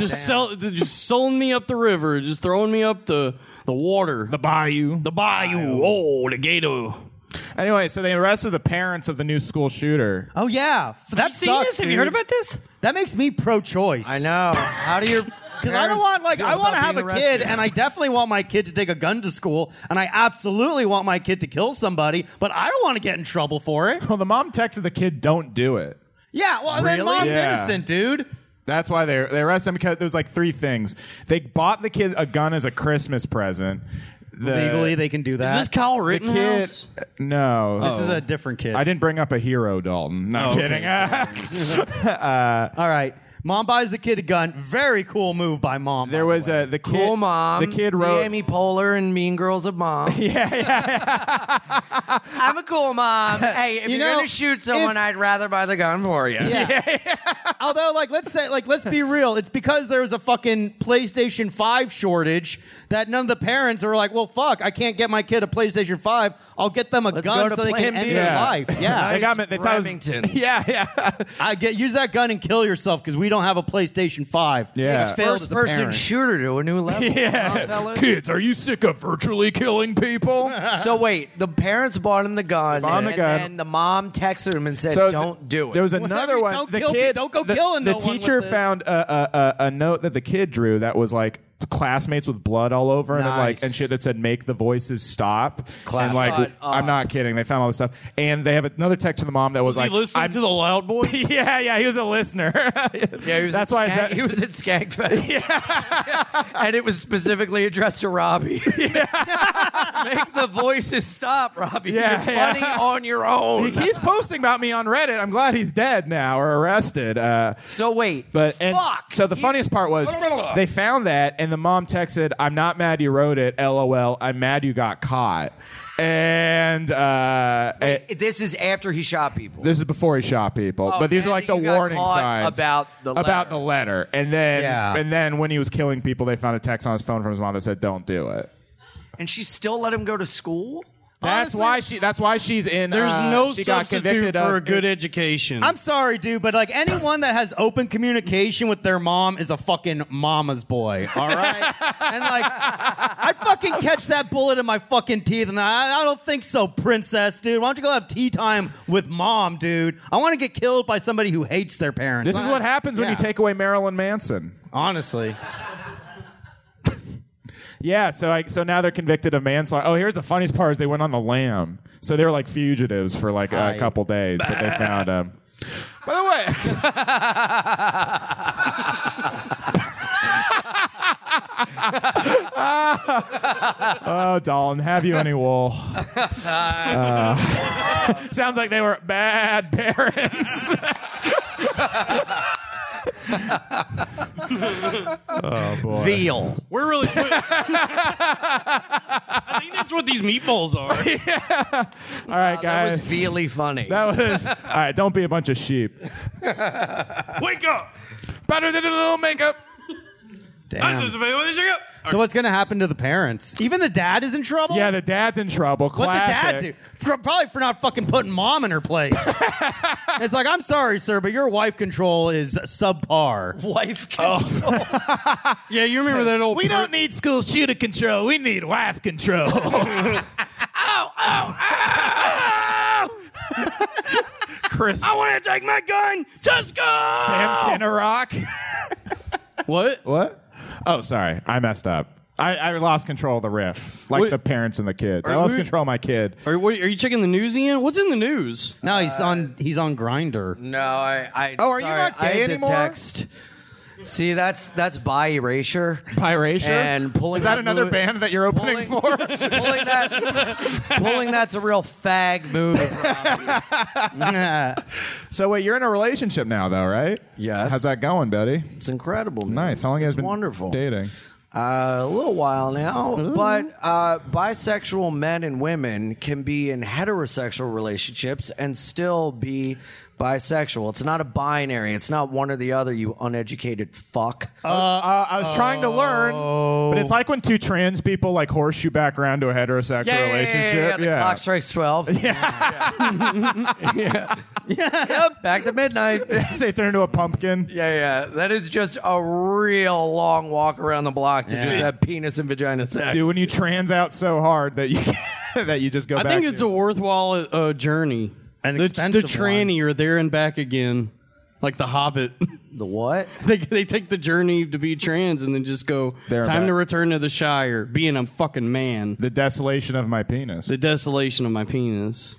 S5: just sell, just selling me up the river, just throwing me up the the water,
S3: the bayou.
S5: the bayou. Oh, the gator.
S3: Anyway, so they arrested the parents of the new school shooter.
S2: Oh yeah, F- that
S5: seen
S2: sucks.
S5: this? Have you heard
S2: dude.
S5: about this?
S2: That makes me pro-choice.
S6: I know. How do your
S2: Because I don't want like I want to have a kid, and I definitely want my kid to take a gun to school, and I absolutely want my kid to kill somebody, but I don't want to get in trouble for it.
S3: Well, the mom texted the kid, "Don't do it."
S2: Yeah, well, then
S6: Really?
S2: mom's
S3: Yeah.
S2: innocent, dude.
S3: That's why they they arrested him because there was like three things. They bought the kid a gun as a Christmas present. The,
S2: Legally, they can do
S5: Is
S2: that.
S5: this Kyle
S3: the kid.
S5: Rittenhouse?
S3: No,
S2: This is a different kid.
S3: Oh. I didn't bring up a hero, Dalton. No
S5: Oh, okay,
S3: kidding.
S2: All right, mom buys the kid a gun. Very cool move by mom. by
S3: there
S2: the
S3: was
S2: way.
S3: a the kid.
S6: cool mom.
S3: The kid wrote.
S6: the Amy Poehler and Mean Girls of Mom. yeah, yeah. I'm a cool mom. Hey, if
S2: You
S6: you
S2: know,
S6: are gonna shoot someone,
S2: if-
S6: I'd rather buy the gun for you.
S2: Yeah. Although, like, let's say, like, let's be real. It's because there was a fucking PlayStation 5 shortage that none of the parents are like, well, fuck, I can't get my kid a PlayStation 5. I'll get them a
S6: Let's
S2: gun
S6: go to
S2: so they
S6: Plan
S2: can end
S6: B."
S2: their
S3: Yeah.
S2: life. Yeah.
S3: They got me. They thought it was-
S6: Remington.
S3: yeah, yeah,
S2: I get use that gun and kill yourself because we don't have a PlayStation 5.
S3: yeah.
S2: failed as
S6: First
S2: a
S6: person
S2: parent.
S6: shooter to a new level. huh, fellas?
S3: Kids, are you sick of virtually killing people?
S6: So wait, the parents bought him the gun,
S3: Bought him
S6: and
S3: the gun.
S6: then the mom texted him and said,
S3: So
S6: "Don't
S3: th-
S6: do it."
S3: There was
S2: Whatever,
S3: another one.
S2: don't
S3: the
S2: kill
S3: kid,
S2: pe- don't go
S3: the,
S2: killing
S3: The
S2: no one with
S3: teacher
S2: this.
S3: found a, a, a, a note that the kid drew that was like classmates with blood all over and like
S2: Nice.
S3: and shit that said make the voices stop. And like
S6: Shut
S3: I'm
S2: Ah.
S3: not kidding. They found all this stuff, and they have another text to the mom that was,
S5: Was
S3: like,
S5: he listening
S3: I'm-
S5: to the Loud Boy?
S3: yeah, yeah, he was a listener.
S6: Yeah, he was
S3: That's
S6: at
S3: why
S6: Skank,
S3: that,
S6: he was at Skankfest. and it was specifically addressed to Robbie. Make the voices stop, Robbie.
S3: Yeah,
S6: You're
S3: yeah.
S6: funny on your own.
S3: He keeps posting about me on Reddit. I'm glad he's dead now or arrested. Uh,
S6: So wait,
S3: But and
S6: Fuck.
S3: so the funniest part was they found that and the mom texted, "I'm not mad you wrote it. LOL. I'm mad you got caught." And uh, it-
S6: this is after he shot people.
S3: this is before he shot people,
S6: Oh,
S3: but these
S6: man,
S3: are like the
S6: that you got
S3: warning
S6: caught
S3: signs
S6: about the
S3: about
S6: letter.
S3: the letter. And then
S2: Yeah.
S3: and then when he was killing people, they found a text on his phone from his mom that said, "Don't do it."
S6: and she still let him go to school.
S3: That's
S5: Honestly,
S3: why she. That's why she's in.
S5: There's
S3: uh,
S5: no
S3: she got
S5: substitute
S3: convicted
S5: for a
S3: of-
S5: good education.
S2: I'm sorry, dude, but like anyone that has open communication with their mom is a fucking mama's boy. All right, and like I'd fucking catch that bullet in my fucking teeth, and I, I don't think so, princess, dude. Why don't you go have tea time with mom, dude? I want to get killed by somebody who hates their parents.
S3: This is what happens when
S2: Yeah.
S3: you take away Marilyn Manson.
S2: honestly.
S3: Yeah, so I, so now they're convicted of manslaughter. Oh, here's the funniest part: is they went on the lam, so they were like fugitives for like a
S2: Tight.
S3: couple days, but they found them. By the way, oh, Dolan, have you any wool? Uh, sounds like they were bad parents. oh boy.
S6: Veal.
S5: We're really. Put- I think that's what these meatballs are.
S3: All right,
S6: That
S3: guys.
S6: was veally funny.
S3: That was all right. Don't be a bunch of sheep.
S5: Wake up!
S3: Better than a little makeup.
S5: I was just- wake up.
S2: So what's gonna happen to the parents? Even the dad is in trouble.
S3: Yeah, the dad's in trouble.
S2: What the dad
S3: Classic.
S2: do? Pro- Probably for not fucking putting mom in her place. it's like, I'm sorry, sir, but your wife control is subpar.
S6: Wife control.
S5: Yeah, you remember that old.
S4: We don't need school shooter control. We need wife control. Oh,
S3: Chris
S5: I want to take my gun. Tusco.
S3: Sam Kinnerock.
S5: What?
S3: what? Oh, sorry, I messed up. I, I lost control of the riff, like
S5: What-
S3: the parents and the kids. I lost
S5: we-
S3: control of my kid.
S5: Are, what? are you checking the news again? What's in the news?
S2: No, he's on he's on grinder.
S6: No, I. I
S3: Oh, are you
S6: sorry,
S3: not
S6: I
S3: gay
S6: had to
S3: anymore?
S6: Text. See, that's that's bi erasure.
S3: Piratia.
S6: And pulling
S3: Is that
S6: up
S3: another
S6: movie-
S3: band that you're opening for?
S6: pulling that, pulling that's a real fag move.
S3: so wait, you're in a relationship now, though, right?
S6: Yes.
S3: How's that going, buddy?
S6: It's incredible. Man.
S3: Nice. How long
S6: it's
S3: has been
S6: wonderful.
S3: dating?
S6: Uh, a little while now, but uh, bisexual men and women can be in heterosexual relationships and still be bisexual. It's not a binary. It's not one or the other. You uneducated fuck.
S3: Uh, I was trying to learn, but it's like when two trans people like horseshoe back around to a heterosexual relationship.
S6: Yeah, the clock strikes twelve. Yeah. Yep, back to midnight. Yeah,
S3: they turn into a pumpkin.
S6: yeah. That is just a real long walk around the block to just have penis and vagina sex.
S3: Dude, when you trans out so hard that you that you just go
S5: I
S3: back.
S5: think it's
S3: to-
S5: a worthwhile uh, journey.
S2: An
S5: the, the
S2: expensive
S5: tranny are there and back again, like the Hobbit.
S6: the what?
S5: they they take the journey to be trans and then just go.
S3: There and
S5: time to
S3: back."
S5: return to the Shire, being a fucking man.
S3: the desolation of my penis.
S5: The desolation of my penis.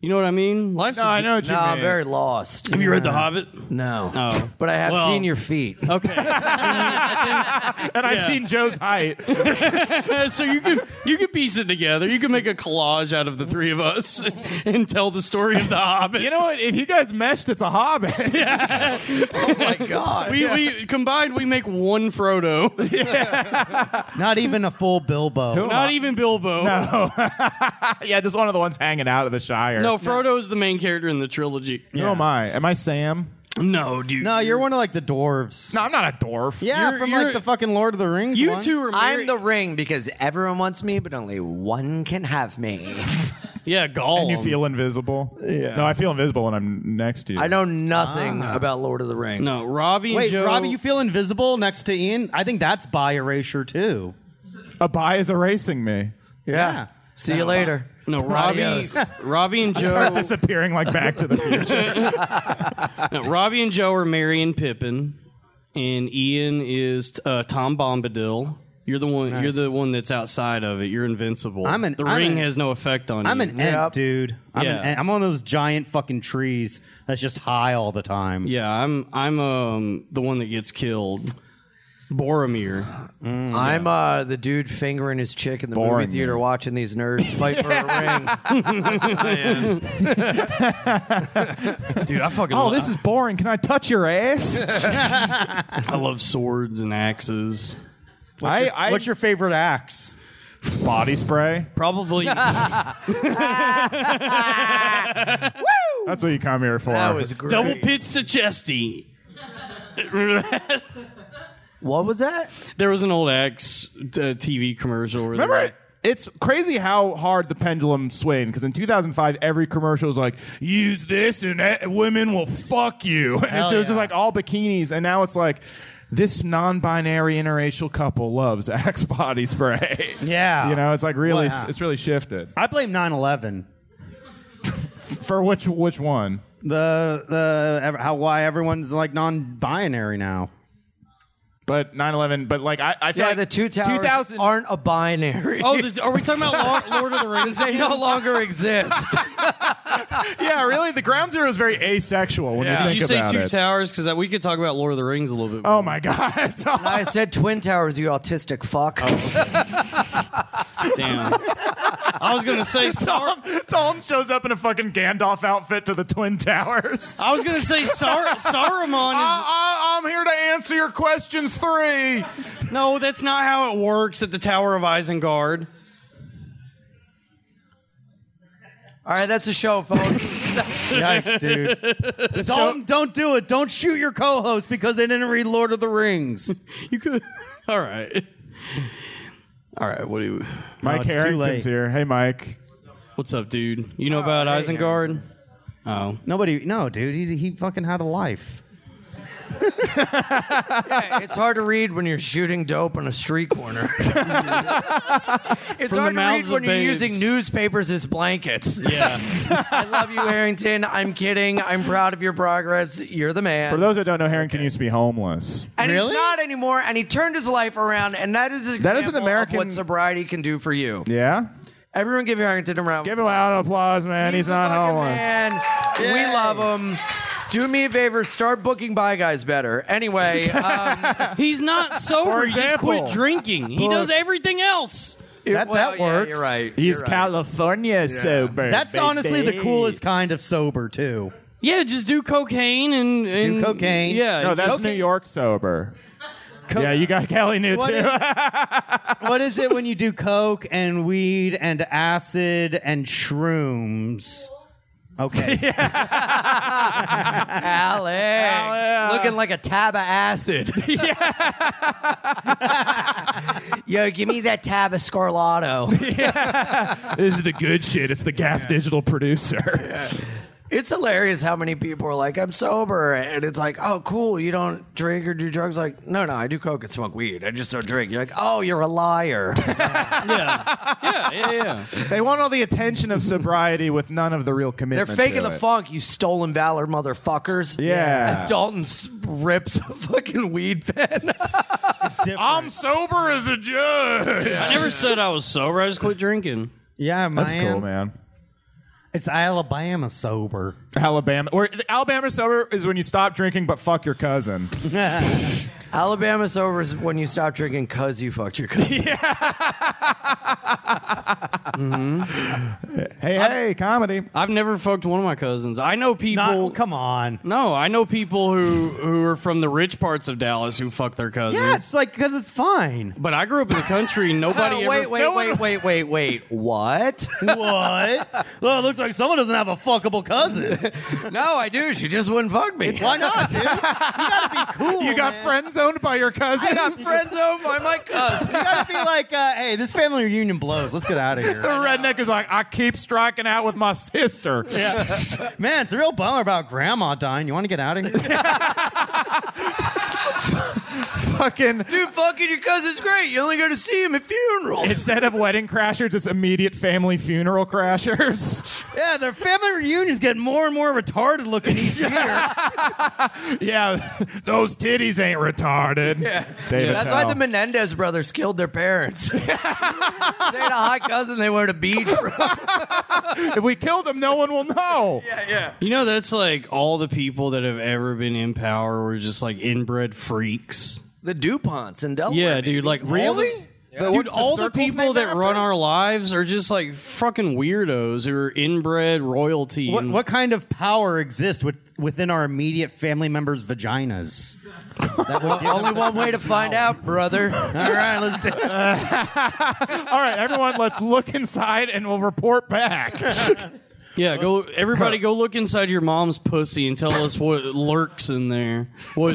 S5: You know what I mean? Life's.
S3: no, I know what you
S6: No,
S3: mean.
S6: I'm very lost.
S5: Have you read the Hobbit?
S6: No.
S5: Oh.
S6: But I have
S5: Well-
S6: seen your feet.
S5: Okay,
S3: and I've
S5: yeah.
S3: seen Joe's height.
S5: so you can you can piece it together. You can make a collage out of the three of us and tell the story of the Hobbit.
S3: you know what? If you guys meshed, it's a hobbit.
S6: Oh my god.
S5: we, we combined we make one Frodo,
S2: Not even a full Bilbo.
S5: not even Bilbo. No,
S3: yeah, just one of the ones hanging out of the Shire.
S5: Frodo is the main character in the trilogy.
S3: Who am I? Am I Sam?
S5: No, dude.
S2: No, you're one of like the dwarves.
S3: No, I'm not a dwarf.
S2: Yeah,
S5: You're-
S2: from
S5: you're-
S2: like the fucking Lord of the Rings.
S5: you
S2: one.
S5: two are.
S6: I'm
S5: Married.
S6: the ring because everyone wants me, but only one can have me.
S5: yeah Gollum.
S3: And you feel invisible. Yeah. No, I feel invisible when I'm next to you.
S6: I know nothing about Lord of the Rings.
S5: no Robbie. and
S2: Wait,
S5: Joe-
S2: Robbie, you feel invisible next to Ian? I think that's bi erasure too.
S3: A bi is erasing me.
S6: Yeah.
S2: Yeah.
S6: See you later.
S5: no Robbie.
S6: Adios.
S5: Robbie and Joe.
S3: Start disappearing like Back to the Future.
S5: no, Robbie and Joe are Mary and Pippin, and Ian is uh, Tom Bombadil. You're the one. You're the one that's outside of it. You're invincible.
S2: I'm an-
S5: the
S2: I'm
S5: ring
S2: an-
S5: has no effect on
S2: I'm
S5: you.
S2: an
S6: Yep.
S2: ent, dude. I'm,
S5: Yeah.
S2: an ent. I'm one of those giant fucking trees that's just high all the time.
S5: Yeah, I'm. I'm um the one that gets killed. Boromir.
S6: I'm uh, the dude fingering his chick in the
S3: Boring,
S6: movie theater
S3: man.
S6: watching these nerds fight for a ring.
S5: Dude, I fucking.
S3: oh,
S5: love-
S3: this is boring. Can I touch your ass?
S5: I love swords and axes.
S3: I, I,
S2: What's your favorite axe?
S3: body spray?
S5: Probably.
S3: That's what you come here for.
S6: That was great.
S5: Double pitch to chesty.
S6: What was that?
S5: there was an old X uh, TV commercial. Where they
S3: Remember,
S5: were-
S3: it's crazy how hard the pendulum swing because in 2005 every commercial was like use this and eh, women will fuck you and
S2: Hell
S3: so it was
S2: yeah.
S3: just like all bikinis and now it's like this non-binary interracial couple loves axe body spray
S2: Yeah.
S3: you know it's like really
S2: Wow.
S3: it's really shifted
S2: I blame 9/11.
S3: for which which one
S2: The the ev- how why everyone's like non-binary now.
S3: but 9-11 but like i, I feel
S6: Yeah,
S3: like
S6: the two towers
S3: 2000
S6: aren't a binary.
S5: Oh, the, are we talking about Lord, Lord of the Rings?
S6: They no longer exist.
S3: yeah really the ground zero is very asexual when you
S5: Did
S3: think
S5: you say
S3: about
S5: two
S3: it
S5: towers? Because we could talk about Lord of the Rings a little bit. More.
S3: oh my god
S6: I said Twin Towers, you autistic fuck.
S5: damn! I was gonna say Star.
S3: Tom shows up in a fucking Gandalf outfit to the Twin Towers.
S5: I was gonna say Sar-
S3: Ah.
S5: Saruman
S3: I, am here to answer your questions three.
S5: is. No, that's not how it works at the Tower of Isengard.
S6: All right, that's a show, folks.
S2: Yikes, dude. don't don't do it. Don't shoot your co-host because they didn't read Lord of the Rings.
S5: You could. All right. All right. What do you?
S3: Mike
S2: it's too late.
S3: Harrington's here. Hey, Mike.
S5: What's up, dude? You know about Isengard? Oh,
S2: Nobody. No, dude. He he fucking had a life.
S6: it's hard to read when you're shooting dope on a street corner. it's hard to read
S5: mouths of
S6: when you're
S5: babes.
S6: using newspapers as blankets.
S5: yeah.
S6: I love you, Harrington. I'm kidding. I'm proud of your progress. You're the man.
S3: For those that don't know, Harrington used to be homeless.
S6: and
S2: Really?
S6: he's not anymore, and he turned his life around, and that is an
S3: That is an
S6: example of
S3: American-
S6: what sobriety can do for you.
S3: Yeah?
S6: Everyone give Harrington a round.
S3: Give him a round of applause, man. He's,
S6: a
S3: not
S6: fucking
S3: homeless.
S6: Man. We love him. Do me a favor, start booking by guys better. Anyway, um,
S5: He's not sober.
S3: For
S5: He just
S3: example.
S5: quit drinking. He
S3: Book.
S5: does everything else.
S2: That
S6: well,
S2: that
S6: yeah,
S2: works.
S6: you're right.
S3: He's
S6: You're right.
S3: California sober.
S2: That's
S3: baby.
S2: honestly the coolest kind of sober too.
S5: Yeah, just do cocaine and, and
S2: cocaine.
S5: Yeah.
S3: No, that's
S2: Okay.
S3: New York sober.
S2: Co-
S3: Yeah, you got Kelly new
S2: What
S3: too.
S2: is- what is it when you do coke and weed and acid and shrooms? Okay.
S6: Alex. Looking like a tab of acid. Yo, give me that tab of Scarlato.
S3: this is the good shit. It's the gas digital producer.
S6: it's hilarious how many people are like, I'm sober. And it's like, oh, cool. You don't drink or do drugs? Like, no, no, I do coke and smoke weed. I just don't drink. You're like, oh, you're a liar.
S5: yeah, yeah, yeah.
S3: they want all the attention of sobriety with none of the real
S6: They're
S3: commitment.
S6: faking
S3: to
S6: the
S3: it.
S6: funk, you stolen valor motherfuckers.
S3: Yeah.
S6: As Dalton s- rips a fucking weed pen.
S3: I'm sober as a judge.
S5: I never said I was sober. I just quit drinking.
S2: yeah, man.
S3: That's cool, man.
S2: It's Alabama sober.
S3: Alabama or Alabama sober is when you stop drinking but fuck your cousin.
S6: Alabama's over is when you stop drinking because you fucked your cousin.
S3: Hey, hey, comedy.
S5: I've never fucked one of my cousins. I know people.
S2: Not, come on.
S5: No, I know people who who are from the rich parts of Dallas who fuck their cousins.
S2: Yeah, it's like because it's fine.
S5: But I grew up in the country. Nobody
S6: Oh,
S5: ever.
S6: wait, wait, wait, wait, wait, wait. What?
S2: what? Well, it looks like someone doesn't have a fuckable cousin.
S6: no, I do. She just wouldn't fuck me.
S2: Why not, dude? You gotta be cool.
S3: You got friend zoned by your cousin.
S6: I got friend zoned by my cousin.
S2: You gotta be like, uh, hey, this family reunion blows. Let's get out of
S3: the
S2: here.
S3: redneck is like, I keep striking out with my sister.
S2: Man, it's a real bummer about grandma dying. You want to get out of here?
S3: Fucking
S6: Dude, fucking your cousin's great. You only go to see him at funerals.
S3: instead of wedding crashers, it's immediate family funeral crashers.
S2: yeah, their family reunion's getting more and more retarded looking each year.
S3: yeah, those titties ain't retarded. Yeah.
S6: That's why the Menendez brothers killed their parents. they had a hot cousin they were at a beach.
S3: if we killed them, no one will know.
S6: yeah, yeah.
S5: You know, that's like all the people that have ever been in power were just like inbred freaks.
S6: The DuPonts in Delaware.
S5: Yeah, dude. Like all the-
S3: What's
S5: Dude, all the
S3: circle's
S5: people
S3: named
S5: that
S3: after?
S5: run our lives are just like fucking weirdos who are inbred royalty.
S2: What,
S5: and-
S2: what kind of power exists with, within our immediate family members' vaginas? That would give them-
S6: Only one way to find out, brother.
S2: All right, let's do it.
S3: All right, everyone, let's look inside and we'll report back.
S5: Yeah, go everybody go look inside your mom's pussy and tell us what lurks in there. What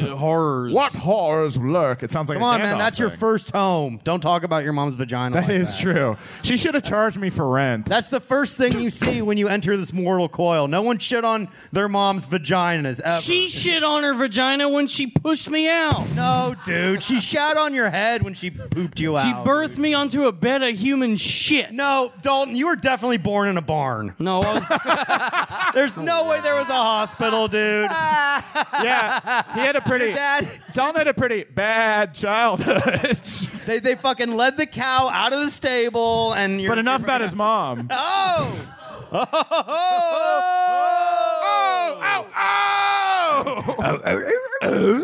S5: horrors.
S3: What horrors lurk? It sounds like
S2: Come
S3: a
S2: on, man.
S3: Gandalf
S2: That's your
S3: thing.
S2: first home. Don't talk about your mom's vagina.
S3: That
S2: like
S3: is true. She should have charged me for rent.
S2: That's the first thing you see when you enter this mortal coil. No one shit on their mom's vaginas ever.
S5: She shit on her vagina when she pushed me out.
S2: no, dude. She shat on your head when she pooped you out.
S5: She birthed me onto a bed of human shit.
S2: No, Dalton, you were definitely born in a barn.
S5: No, I was,
S2: There's no way there was a hospital, dude.
S3: yeah, he had a pretty.
S2: Dad,
S3: Tom had a pretty bad childhood,
S2: they, they fucking led the cow out of the stable and you're
S3: but enough about his mom.
S2: Oh! Oh! Oh!
S3: Oh!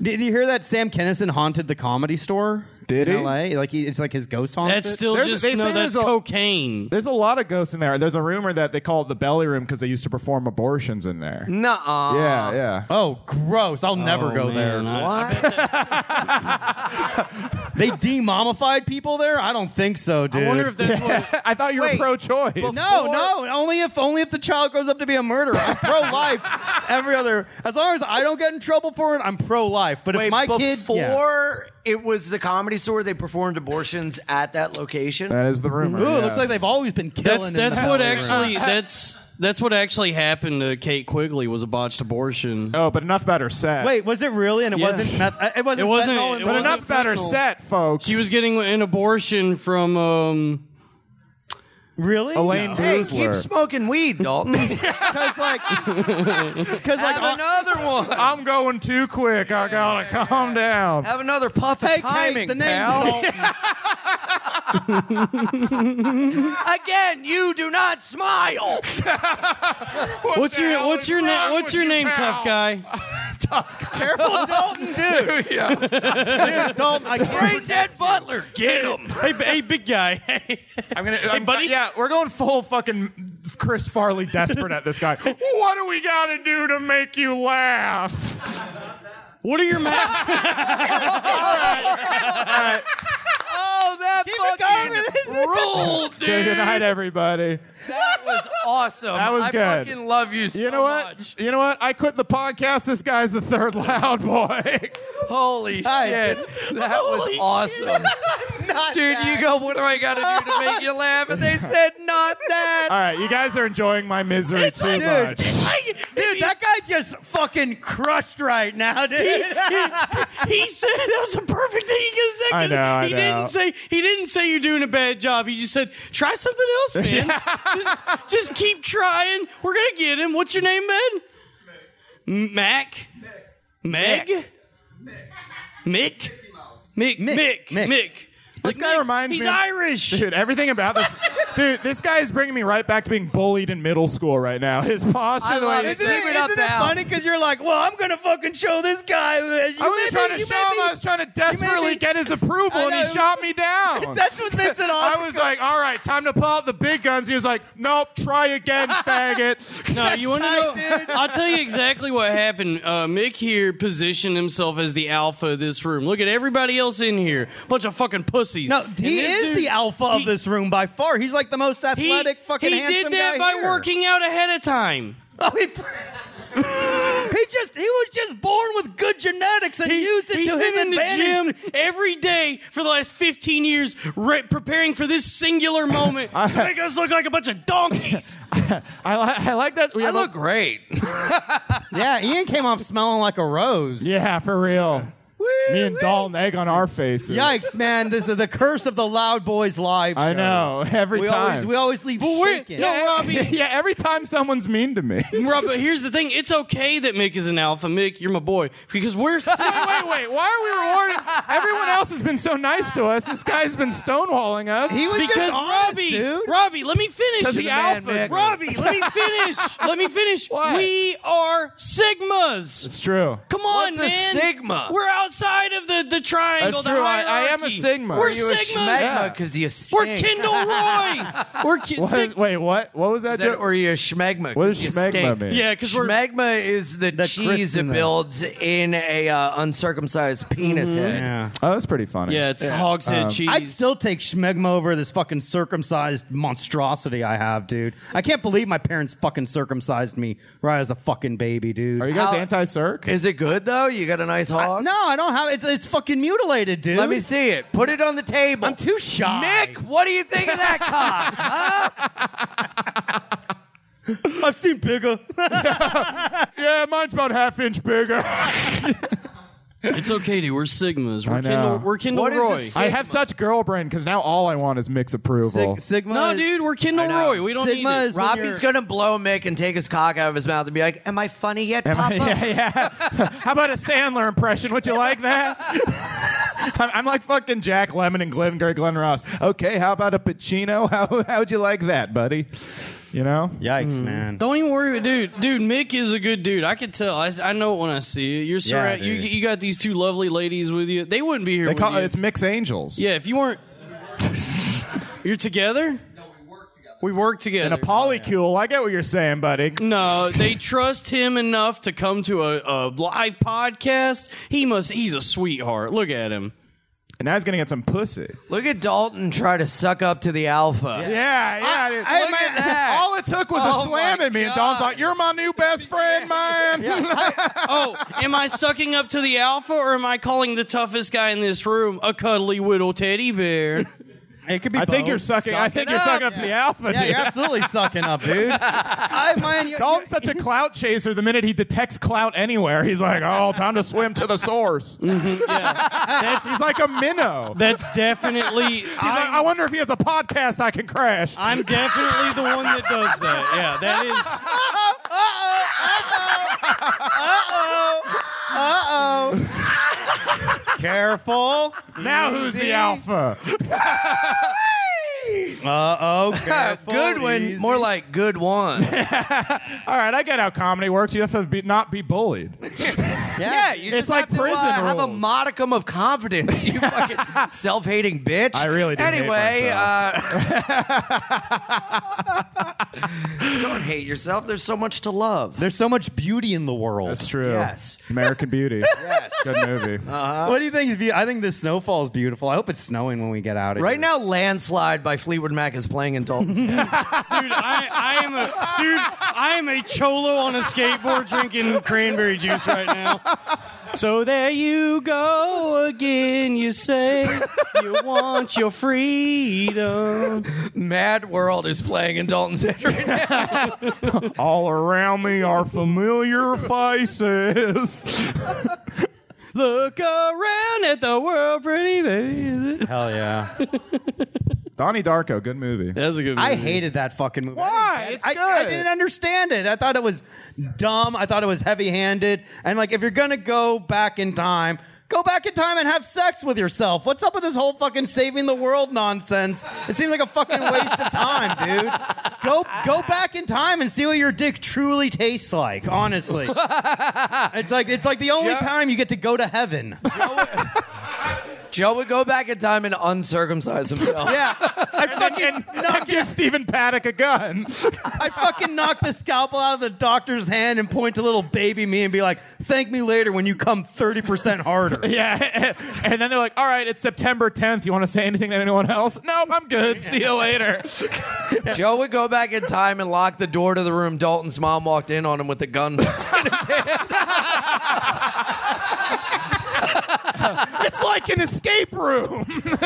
S2: Did you hear that Sam Kennison haunted the comedy store?
S3: Did
S2: in
S3: he?
S2: LA? Like he, it's like his ghost haunts.
S5: that's
S2: it?
S5: still
S3: There's-
S5: just
S3: they
S5: no.
S3: say
S5: That's
S3: there's a-
S5: cocaine.
S3: There's a lot of ghosts in there. There's a rumor that they call it the belly room because they used to perform abortions in there.
S6: Nuh-uh.
S3: Yeah, yeah.
S2: Oh, gross! I'll never
S5: Oh,
S2: go
S5: man,
S2: there.
S5: I-
S6: What?
S2: They demommified people there? I don't think so, dude.
S5: I wonder if that's what.
S3: I thought you were
S6: Wait.
S3: pro-choice.
S2: No, no. Only if only if the child grows up to be a murderer. I'm pro life. Every other, as long as I don't get in trouble for it, I'm pro life. But
S6: Wait,
S2: if my
S6: before
S2: kid, yeah.
S6: it was the comedy store, they performed abortions at that location.
S3: That is the rumor.
S2: ooh, it
S3: yeah.
S2: looks like they've always been killing. in
S5: That's that's
S2: the
S5: what
S2: belly room.
S5: actually that's that's what actually happened to Kate Quigley was a botched abortion.
S3: Oh, but enough about her set.
S2: Wait, was it really? And it
S5: Yes.
S2: wasn't. Meth- it wasn't.
S5: It wasn't-
S2: fentanyl in
S5: it
S2: the-
S3: but
S5: wasn't
S3: enough about her
S5: fentanyl.
S3: set, folks.
S5: She was getting an abortion from um,
S2: really.
S3: Elaine
S6: Hey,
S3: Boozler.
S6: keep smoking weed, Dalton.
S2: Because like, because like,
S3: uh,
S6: Have
S2: on-
S6: another one.
S3: I'm going too quick. I gotta calm down.
S6: Have another puff of
S2: hey,
S6: timing,
S2: Kate, the
S6: pal.
S2: name.
S6: Again, you do not smile.
S5: what's
S3: the
S5: your
S3: hell
S5: what's
S3: is
S5: your
S3: wrong
S5: name what's
S3: with
S5: your
S3: you,
S5: name
S3: pal?
S5: tough guy
S2: Careful, Dalton, dude. dude, Dalton, I
S6: Brain
S2: can't.
S6: dead butler, get him.
S5: hey, b- hey big guy
S3: I'm gonna, I'm-
S5: buddy?
S3: Yeah, we're going full fucking Chris Farley desperate at this guy. What do we gotta do to make you laugh?
S5: what are your ma-
S6: Oh, that fucking ruled,
S3: Okay, good
S6: dude.
S3: night, everybody.
S6: That was awesome.
S3: That was
S6: I
S3: good.
S6: fucking love you so
S3: You know what?
S6: much.
S3: You know what? I quit the podcast. This guy's the third loud boy.
S6: Holy shit. That was awesome. Dude, you go, what do I got to do to make you laugh? And they said, not that.
S3: All right, you guys are enjoying my misery too
S2: Dude,
S3: much.
S2: dude, that guy just fucking crushed right now, dude.
S5: he said that was the perfect thing he could say 'cause
S3: I know, I
S5: he
S3: know.
S5: didn't say he didn't say you're doing a bad job he just said try something else man just just keep trying we're gonna get him what's your name man Mac Meg Mick Mick Mick
S2: Mick.
S5: Mick
S3: This
S5: Like,
S3: guy
S5: Mick,
S3: reminds
S5: he's
S3: me-
S5: Irish
S3: Dude, everything about this, dude, this guy is bringing me right back to being bullied in middle school right now. His posture,
S6: I
S3: the
S6: love
S3: way
S6: it.
S3: he's
S2: Isn't
S6: Keep
S2: it,
S6: it up
S2: isn't it
S6: now.
S2: funny? Because you're like, well, I'm gonna fucking show this guy. uh, You
S3: I wasn't
S2: made
S3: trying
S2: me-
S3: to
S2: you
S3: show
S2: made
S3: him. I
S2: me-
S3: was trying to
S2: made
S3: desperately
S2: me-
S3: get his approval,
S2: I
S3: and he
S2: know.
S3: shot me down.
S2: That's what makes it awesome.
S3: I was like, all right, time to pull out the big guns. He was like, nope, try again, faggot.
S5: No, you want to know? I'll tell you exactly what happened. Uh, Mick here positioned himself as the alpha of this room. Look at everybody else in here, bunch of fucking pussies.
S2: No,
S5: And
S2: he
S5: this
S2: is
S5: dude-
S2: the alpha
S5: he-
S2: of this room by far. He's like the most
S5: He,
S2: athletic, fucking
S5: he
S2: handsome
S5: did that
S2: guy
S5: by
S2: here.
S5: working out ahead of time.
S2: Oh, he, he just he was just born with good genetics and
S5: He,
S2: used it
S5: he's
S2: to
S5: been
S2: his
S5: in
S2: advantage.
S5: the gym every day for the last 15 years, re- preparing for this singular moment to make us look like a bunch of donkeys.
S3: I, li- I like that. We
S6: I
S3: have a-
S6: look great.
S2: Yeah, Ian came off smelling like a rose.
S3: yeah, for real. Me and Dalton egg on our faces.
S2: Yikes, man! This is the curse of the loud boys' live.
S3: I
S2: shows.
S3: know. Every
S2: We
S3: time.
S2: always we always leave shaken.
S5: no, Robbie.
S3: yeah, every time someone's mean to me. wait,
S5: Rob, but here's the thing: it's okay that Mick is an alpha. Mick, you're my boy because we're.
S3: wait, wait. Why are we rewarding? Everyone else has been so nice to us. This guy's been stonewalling us.
S2: He was
S5: because
S2: just honest,
S5: Robbie,
S2: dude.
S5: Robbie, let me finish.
S3: 'Cause the
S5: The
S3: man,
S5: alpha.
S6: Mick.
S5: Robbie, let me finish. let me finish.
S3: What?
S5: We are sigmas.
S3: it's true.
S5: Come on,
S6: What's a
S5: man.
S6: sigma?
S5: We're outside of the the triangle.
S3: That's
S5: the
S3: true. I- I am a
S5: hierarchy.
S3: sigma.
S5: We're
S3: Are
S6: You a
S5: sigmas.
S6: schmegma because you stink.
S5: We're Kindle Roy. We're ki-
S3: What
S5: sig-
S3: is- wait, what? What was that?
S6: Is that-
S3: joke?
S6: or you a
S3: what
S6: schmegma. 'cause
S3: does
S6: you
S3: schmegma
S6: stink.
S3: mean?
S5: yeah, because we're
S6: Schmegma is the, cheese
S2: Christian
S6: it
S2: name. Mm-hmm.
S6: builds in a uh, uncircumcised penis head.
S3: Oh, that's pretty funny.
S5: Yeah, it's
S3: Um,
S5: hogshead cheese.
S2: I'd still take schmegma over this fucking circumcised monstrosity I have, dude. I can't believe my parents fucking circumcised me right as a fucking baby, dude.
S3: Are you guys
S6: How-
S3: anti-circ?
S6: Is it good though? You got a nice hog?
S2: no, I don't have it. It's fucking mutilated, dude.
S6: Let me see it. Put it on the table.
S2: I'm too shy.
S6: Nick, what do you think of that cock?
S2: I've seen bigger.
S3: yeah, mine's about half inch bigger.
S5: it's okay, dude. We're Sigmas. We're
S3: I know.
S5: Kindle. We're Kindle
S6: What is
S5: Roy.
S6: this-
S3: I have such girl brain because now all I want is mix approval.
S2: Sig- Sigma.
S5: no,
S2: is-
S5: dude. We're Kindle
S6: know.
S5: Roy. We don't
S2: Sigma
S5: need it.
S2: is when
S6: Robbie's
S2: you're-
S6: gonna blow Mick and take his cock out of his mouth and be like, "Am I funny yet, Papa?"
S3: yeah, yeah. How about a Sandler impression? Would you like that? I'm, I'm like fucking Jack Lemon and Glenn Gary Glenn Ross. Okay, how about a Pacino? How how'd you like that, buddy? You know?
S2: Yikes, man.
S5: Don't even worry, about dude. Dude, Mick is a good dude. I could tell. I, s- I know it when I see it. You're
S2: Yeah,
S5: surra- you,
S2: dude.
S5: you got these two lovely ladies with you. They wouldn't be here.
S3: They
S5: with
S3: call
S5: you.
S3: it's Mix Angels.
S5: yeah, if you weren't, you're together. No, we work
S3: And
S5: together.
S3: a polycule. I get what you're saying, buddy.
S5: No, they trust him enough to come to a, a live podcast. He must. He's a sweetheart. Look at him.
S3: And now he's gonna get some pussy.
S6: Look at Dalton try to suck up to the alpha.
S3: Yeah, yeah. dude.
S2: I-
S3: Look
S2: my-
S3: at that. All it took was
S6: Oh
S3: a slam
S6: my
S3: at me, and Don's like, "You're my new best friend, man."
S5: Oh, am I sucking up to the alpha, or am I calling the toughest guy in this room a cuddly little teddy bear?
S2: It could be
S3: I think
S2: both.
S3: you're sucking. I think
S6: it
S3: you're
S6: up.
S3: sucking up to the alpha.
S2: Yeah,
S3: dude.
S2: you're absolutely sucking up, dude. I mind you.
S3: Dalton's such a clout chaser. The minute he detects clout anywhere, he's like, "Oh, time to swim to the source."
S5: That's
S3: He's like a minnow. He's
S5: that's definitely.
S3: like,
S5: I'm,
S3: I wonder if he has a podcast I can crash.
S5: I'm definitely the one that does that. Yeah, that is.
S2: Careful.
S3: now who's the alpha?
S2: Uh oh. Careful.
S6: Good one,
S2: Easy.
S6: more like good one.
S3: All right, I get how comedy works. You have to be, not be bullied.
S6: yeah, you
S3: It's
S6: just
S3: like
S6: have to, uh,
S3: prison
S6: have a
S3: rules.
S6: modicum of confidence. You fucking self-hating bitch.
S3: I really do hate
S6: Anyway, uh, don't hate yourself. There's so much to love.
S2: There's so much beauty in the world.
S3: true.
S6: Yes.
S3: American Beauty.
S6: Yes.
S3: Good movie.
S2: What do you think? is be- I think this snowfall is beautiful. I hope it's snowing when we get out of
S6: Right
S2: here.
S6: now, "Landslide" by Fleetwood Mac is playing in Dalton's. head.
S5: Dude, I, I am a dude. I am a cholo on a skateboard drinking cranberry juice right now. So there you go again. You say you want your freedom.
S6: Mad World is playing in Dalton's head right now.
S3: All around me are familiar faces.
S5: Look around at the world, pretty baby.
S2: Hell yeah.
S3: Donnie Darko, good movie.
S5: That's a good.
S2: I hated that fucking movie.
S3: Why?
S2: I,
S3: It's
S2: I- I
S3: good.
S2: didn't understand it. I thought it was dumb. I thought it was heavy-handed. And like, if you're gonna go back in time, go back in time and have sex with yourself. What's up with this whole fucking saving the world nonsense? It seems like a fucking waste of time, dude. Go go back in time and see what your dick truly tastes like. Honestly, it's like it's like the only
S6: Joe-
S2: time you get to go to heaven.
S6: Joe would go back in time and uncircumcise himself.
S2: Yeah, I fucking
S3: Now give Stephen Paddock a gun.
S2: I fucking knock the scalpel out of the doctor's hand and point to little baby me and be like, thank me later when you come 30% harder.
S3: Yeah, and then they're like, "All right, it's September 10th. You want to say anything to anyone else? Nope, I'm good. See you later."
S6: Joe would go back in time and lock the door to the room Dalton's mom walked in on him with a gun.
S3: it's like an escape room.
S2: The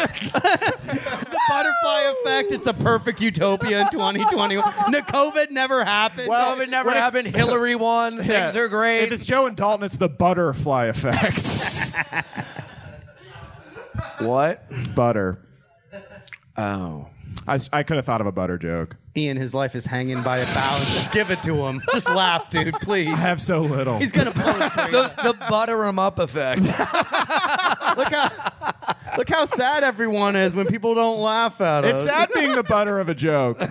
S2: butterfly effect, it's a perfect utopia in 2021. No, COVID never happened.
S6: Well, it never happened. Hillary won. Things are
S3: If
S6: great.
S3: it's Joe and Dalton, it's the butterfly effect.
S6: What?
S3: butter.
S6: Oh.
S3: I, I could have thought of a butter joke.
S2: Ian, his life is hanging by a balance. Just give it to him. Just laugh, dude, please.
S3: I have so little.
S2: He's going to pull it through.
S6: The, the butter 'em up effect.
S2: Look how, look how sad everyone is when people don't laugh at
S3: It's
S2: us.
S3: sad being the butter of a joke. is,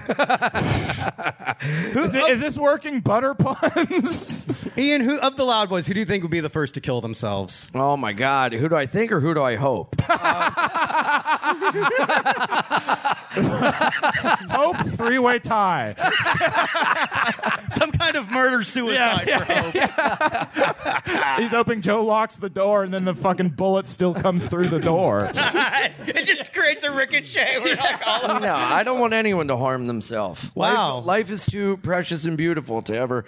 S3: it, is this working butter puns?
S2: Ian, who of the Loud Boys, who do you think would be the first to kill themselves?
S6: Oh my God. Who do I think or who do I hope?
S3: Hope three way tie.
S2: Some kind of murder suicide for Hope.
S3: He's hoping Joe locks the door and then the fucking bullet still comes through the door.
S4: it just creates a ricochet. We're like all
S6: No, I don't want anyone to harm themselves.
S2: Wow.
S6: Life, life is too precious and beautiful to ever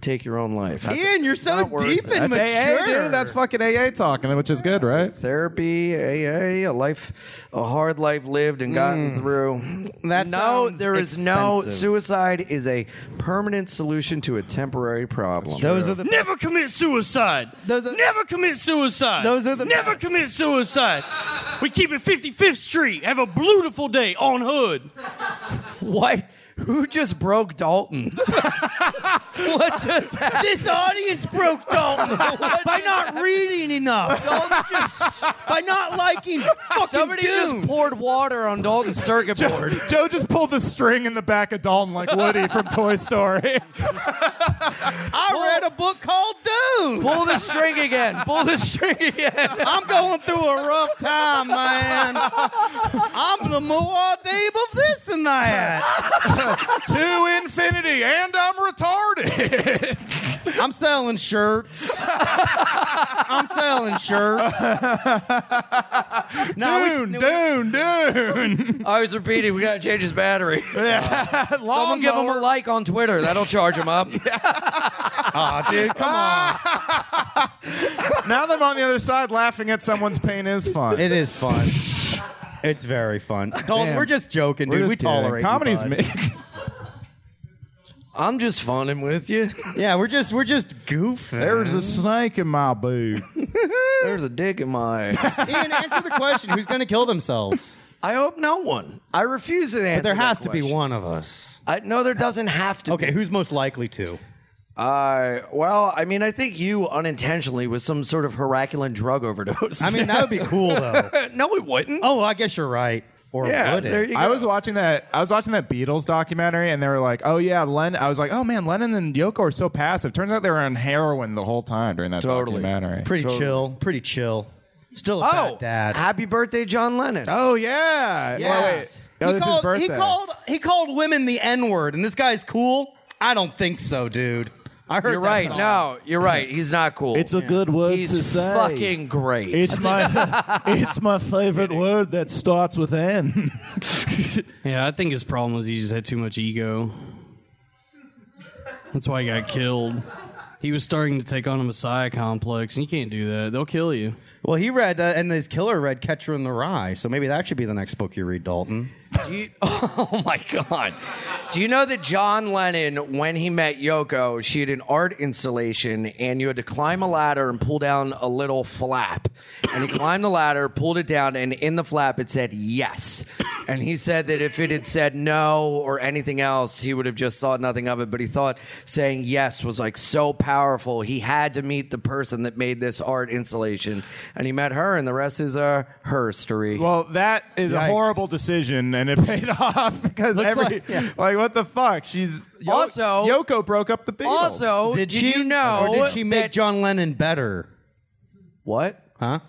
S6: take your own life.
S2: Ian, you're so
S6: Not worth
S2: deep
S6: it.
S2: and
S3: That's AA,
S2: mature.
S3: dude. That's fucking AA talking, which is good, right?
S6: Therapy, AA, a life, a hard life lived and gotten through.
S2: Mm. That
S6: no,
S2: sounds
S6: there is no
S2: expensive.
S6: suicide is a permanent solution to a temporary problem.
S2: Those are the
S5: Never commit suicide.
S2: Those are-
S5: Never commit suicide.
S2: Those are the
S5: Never
S2: best.
S5: commit suicide. We keep it 55th Street. Have a beautiful day on Hood.
S6: What? Who just broke Dalton?
S2: this audience broke Dalton by not reading enough. by not liking fucking
S6: Somebody
S2: Dune.
S6: just poured water on Dalton's circuit board.
S3: Joe just pulled the string in the back of Dalton like Woody from Toy Story.
S2: I read a book called Dune.
S6: Pull the string again. Pull the string again.
S2: I'm going through a rough time, man. I'm the Muad'Dib of this and that.
S3: to infinity, and I'm retarded.
S2: I'm selling shirts. I'm selling shirts. No, we-
S3: Dune, Dune, Dune.
S6: I was repeating, we gotta change his battery. Someone
S3: Long
S6: give him a like on Twitter. That'll charge him up.
S2: Aw, dude, come on.
S3: Now that I'm on the other side, laughing at someone's pain is fun.
S2: It is fun. It's very fun. Dalton,
S3: Damn.
S2: we're just joking,
S3: We're
S2: dude.
S3: just
S2: We tolerate
S3: kidding.
S2: you,
S3: Comedy's
S2: bud.
S3: mixed.
S6: I'm just funning with you.
S2: Yeah, we're just we're just goofing.
S3: There's a snake in my boot.
S6: There's a dick in my.
S2: Ian, answer the question: Who's going to kill themselves?
S6: I hope no one. I refuse to answer.
S2: But there
S6: that
S2: has to be
S6: question.
S2: one of us.
S6: I, no, there doesn't have to.
S2: Okay,
S6: Be.
S2: who's most likely to?
S6: I well, I mean, I think you unintentionally with some sort of haraculan drug overdose.
S2: I mean, that would be cool though.
S6: no, it wouldn't.
S2: Oh, I guess you're right. Or
S6: yeah,
S2: would it?
S6: there you go.
S3: I was watching that. I was watching that Beatles documentary, and they were like, "Oh yeah, Len." I was like, "Oh man, Lennon and Yoko are so passive." Turns out they were on heroin the whole time during that
S6: Totally.
S3: documentary.
S2: pretty chill. Pretty chill. Still a
S6: oh,
S2: bad dad.
S6: happy birthday, John Lennon.
S3: oh yeah. Well, wait. Oh,
S2: he,
S3: this is
S2: called,
S3: birthday.
S2: he called he called women the N word, and this guy's cool. I don't think so, dude. I heard
S6: you're
S2: that
S6: right.
S2: song.
S6: No, you're right. He's not cool.
S3: a good word
S6: He's fucking great.
S3: my it's my favorite word that starts with N.
S5: Yeah, I think his problem was he just had too much ego. That's why he got killed. He was starting to take on a messiah complex, and you can't do that. They'll kill you.
S2: Well, he read, uh, and his killer read Catcher in the Rye, so maybe that should be the next book you read, Dalton.
S6: Do you, oh my God. Do you know that John Lennon, when he met Yoko, she had an art installation and you had to climb a ladder and pull down a little flap? And he climbed the ladder, pulled it down, and in the flap it said yes. And he said that if it had said no or anything else, he would have just thought nothing of it. But he thought saying yes was like so powerful. He had to meet the person that made this art installation. And he met her, and the rest is uh, her story.
S3: Well, that is
S2: Yikes.
S3: a horrible decision, and it paid off because every
S2: like-
S3: like,
S2: yeah.
S3: what the fuck? She's Yo-
S6: Also-
S3: Yoko broke up the Beatles.
S6: Also, Oh, did, you know?
S2: Or did she make
S6: that-
S2: John Lennon better?
S6: what?
S2: Huh?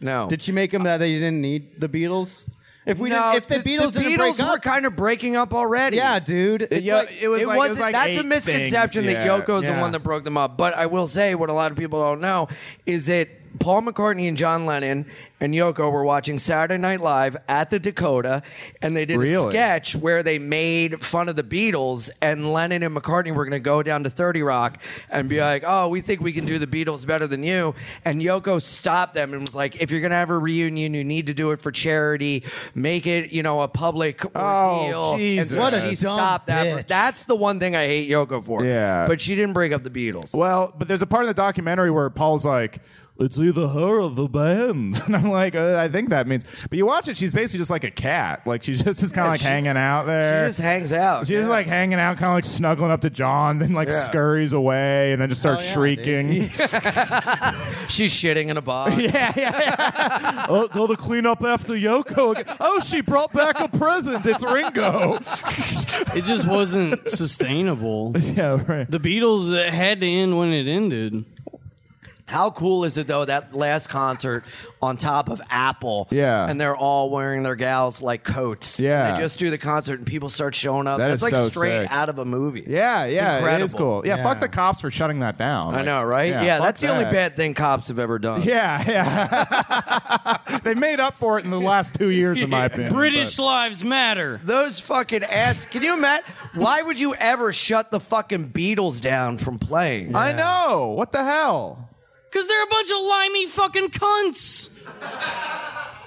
S6: No.
S2: Did she make him that they didn't need the Beatles? If we
S6: No,
S2: didn't, if the, Beatles
S6: the
S2: didn't
S6: Beatles
S2: break
S6: were
S2: up,
S6: kind of breaking up already.
S2: yeah, dude. It's
S3: Yo-
S2: like-
S3: it was
S6: It
S3: like, it
S6: wasn't.
S3: was like
S6: that's
S3: eight
S6: a misconception
S3: things,
S6: that
S3: yeah.
S6: Yoko's
S2: Yeah.
S6: the one that broke them up. But I will say, what a lot of people don't know is that Paul McCartney and John Lennon and Yoko were watching Saturday Night Live at the Dakota, and they did
S3: Really?
S6: a sketch where they made fun of the Beatles, and Lennon and McCartney were going to go down to Thirty Rock and be like, "Oh, we think we can do the Beatles better than you," and Yoko stopped them and was like, "If you're going to have a reunion, you need to do it for charity. Make it, you know, a public ordeal." And
S3: Oh, Jesus.
S6: so
S3: What
S2: a
S6: she
S2: dumb
S6: stopped
S2: bitch.
S6: that. That's the one thing I hate Yoko for.
S3: Yeah.
S6: But she didn't break up the Beatles.
S3: Well, but there's a part in the documentary where Paul's like, it's either her or the band. And I'm like, uh, I think that means. But you watch it, she's basically just like a cat. Like, she just is kind of like
S6: she-
S3: hanging out
S6: She
S3: there.
S6: just hangs out.
S3: She's
S6: Yeah.
S3: like hanging out, kind of like snuggling up to John, then like
S6: Yeah.
S3: scurries away and then just starts
S2: yeah,
S3: shrieking.
S6: she's shitting in a box.
S3: yeah, yeah, yeah. oh, go to clean up after Yoko. Again. Oh, she brought back a present. It's Ringo.
S5: It just wasn't sustainable.
S3: yeah, right.
S5: The Beatles that had to end when it ended.
S6: How cool is it though that last concert on top of Apple?
S3: Yeah.
S6: and they're all wearing their gals like coats.
S3: Yeah.
S6: they just do the concert and people start showing up.
S3: That is
S6: That's like
S3: so
S6: straight
S3: sick.
S6: out of a movie.
S3: Yeah,
S6: It's
S3: yeah, it is
S6: incredible.
S3: cool. Yeah, fuck the cops for shutting that down.
S6: I
S3: Like,
S6: know, right? Yeah,
S3: fuck
S6: that's the only
S3: that.
S6: bad thing cops have ever done.
S3: Yeah, yeah. they made up for it in the last two years, in my opinion.
S5: British
S3: but-
S5: lives matter.
S6: Those fucking ass. Can you imagine? Why would you ever shut the fucking Beatles down from playing?
S3: I know. What the hell?
S5: Because they're a bunch of limey fucking cunts.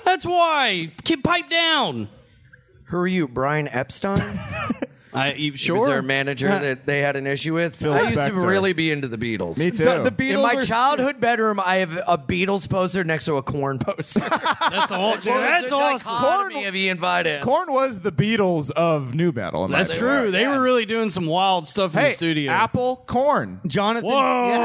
S5: That's why. Kid, pipe down.
S6: Who are you, Brian Epstein?
S5: I, you, sure.
S6: Was there a manager that they had an issue with?
S3: Phil
S6: I used to
S3: Spector.
S6: really be into the Beatles.
S3: Me too.
S2: The, the Beatles
S6: In my
S2: are-
S6: childhood bedroom, I have a Beatles poster next to a corn poster.
S5: That's all. that's awesome.
S6: Corn of Ian Vida.
S3: Corn was the Beatles of new metal. in my
S5: That's
S3: opinion.
S5: true. They
S6: yes.
S5: were really doing some wild stuff in
S3: Hey,
S5: the studio.
S3: Apple Corn.
S2: Jonathan.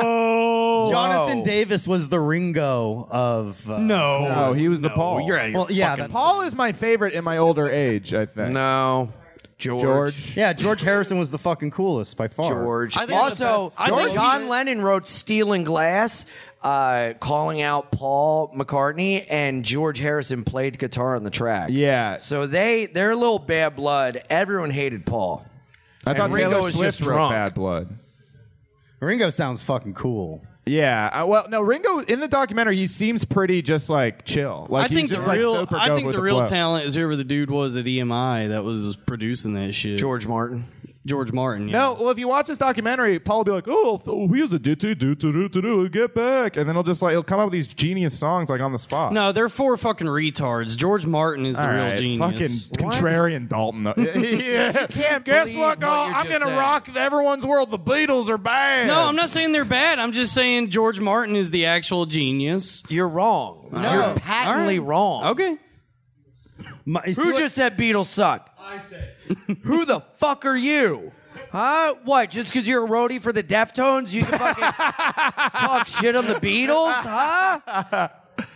S5: Whoa.
S2: Jonathan
S6: Whoa.
S2: Davis was the Ringo of. Uh,
S5: No.
S3: No, he was the Paul.
S5: You're out of your
S2: Well, yeah,
S5: fucking-
S2: that-
S3: Paul is my favorite in my older age. I think.
S6: No, George.
S3: George.
S2: Yeah, George Harrison was the fucking coolest by far.
S6: George.
S5: I think it's the
S6: Also,
S5: best- I think
S6: John
S5: he-
S6: Lennon wrote "Stealing Glass," uh, calling out Paul McCartney, and George Harrison played guitar on the track.
S3: Yeah.
S6: So they they're a little bad blood. Everyone hated Paul.
S3: I thought
S6: Ringo
S3: Taylor
S6: was
S3: Swift
S6: just
S3: wrote
S6: drunk.
S3: Bad Blood.
S2: Ringo sounds fucking cool.
S3: Yeah. I, well, no, Ringo in the documentary he seems pretty just like chill. Like
S5: I
S3: he's
S5: think the
S3: just,
S5: real,
S3: Like, super
S5: I
S3: go
S5: think
S3: with
S5: the real
S3: flow.
S5: talent is whoever the dude was at EMI that was producing that shit.
S6: George Martin.
S5: George Martin. Yeah.
S3: No, well, if you watch this documentary, Paul will be like, "Oh, th- he's a do do do do do do get back," and then he'll just like he'll come up with these genius songs like on the spot.
S5: No, they're four fucking retards. George Martin is the
S3: All
S5: real
S3: right,
S5: genius.
S3: Fucking contrarian Dalton. though. yeah.
S6: can't
S3: Guess
S6: believe
S3: what,
S6: what
S3: y'all?
S6: you
S3: I'm
S6: just
S3: gonna
S6: said.
S3: rock everyone's world. The Beatles are bad.
S5: No, I'm not saying they're bad. I'm just saying George Martin is the actual genius.
S6: You're wrong. You're patently
S5: All right.
S6: wrong.
S5: Okay.
S2: My- you see
S6: Who
S2: what-
S6: just said Beatles suck? I said. Who the fuck are you? Huh? What? Just because you're a roadie for the Deftones, you can fucking talk shit on the Beatles, huh?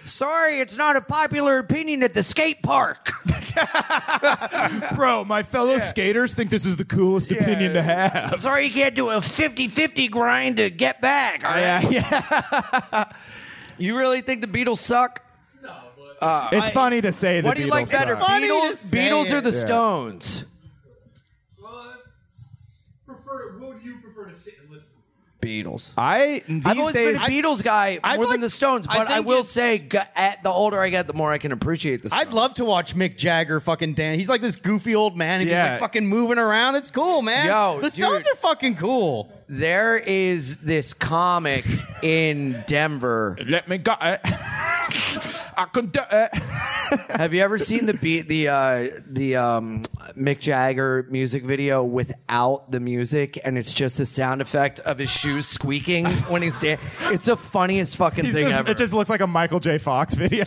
S6: Sorry, it's not a popular opinion at the skate park.
S3: bro. My fellow skaters think this is the coolest opinion to have.
S6: Sorry, you can't do a 50-50 grind to get back. all right?
S3: Yeah, yeah.
S6: You really think the Beatles suck?
S3: It's funny to say.
S6: What
S3: the
S6: do you
S3: Beatles
S6: like better,
S3: suck.
S2: funny to
S6: Beatles,
S2: say
S6: Beatles or
S2: it.
S6: the
S3: Yeah.
S6: Stones?
S7: prefer to, what would you prefer to sit and listen to?
S6: Beatles.
S3: I these
S6: I've always
S3: days.
S6: been a Beatles guy
S2: I'd
S6: more
S2: like-
S6: than the Stones,
S2: I
S6: but I,
S2: think
S6: will
S2: it's-
S6: say, g- at the older I get, the more I can appreciate the Stones.
S2: I'd love to watch Mick Jagger fucking dance. He's like this goofy old man. And
S3: Yeah.
S2: He's like fucking moving around. It's cool, man.
S6: Yo,
S2: the Stones
S6: dude.
S2: are fucking cool.
S6: There is this comic in Denver.
S3: Let me go. I, I can do it.
S6: Have you ever seen the beat the uh, the um, Mick Jagger music video without the music and it's just the sound effect of his shoes squeaking when he's dancing? It's the funniest fucking
S3: He's
S6: thing
S3: just-
S6: ever.
S3: It just looks like a Michael J. Fox video.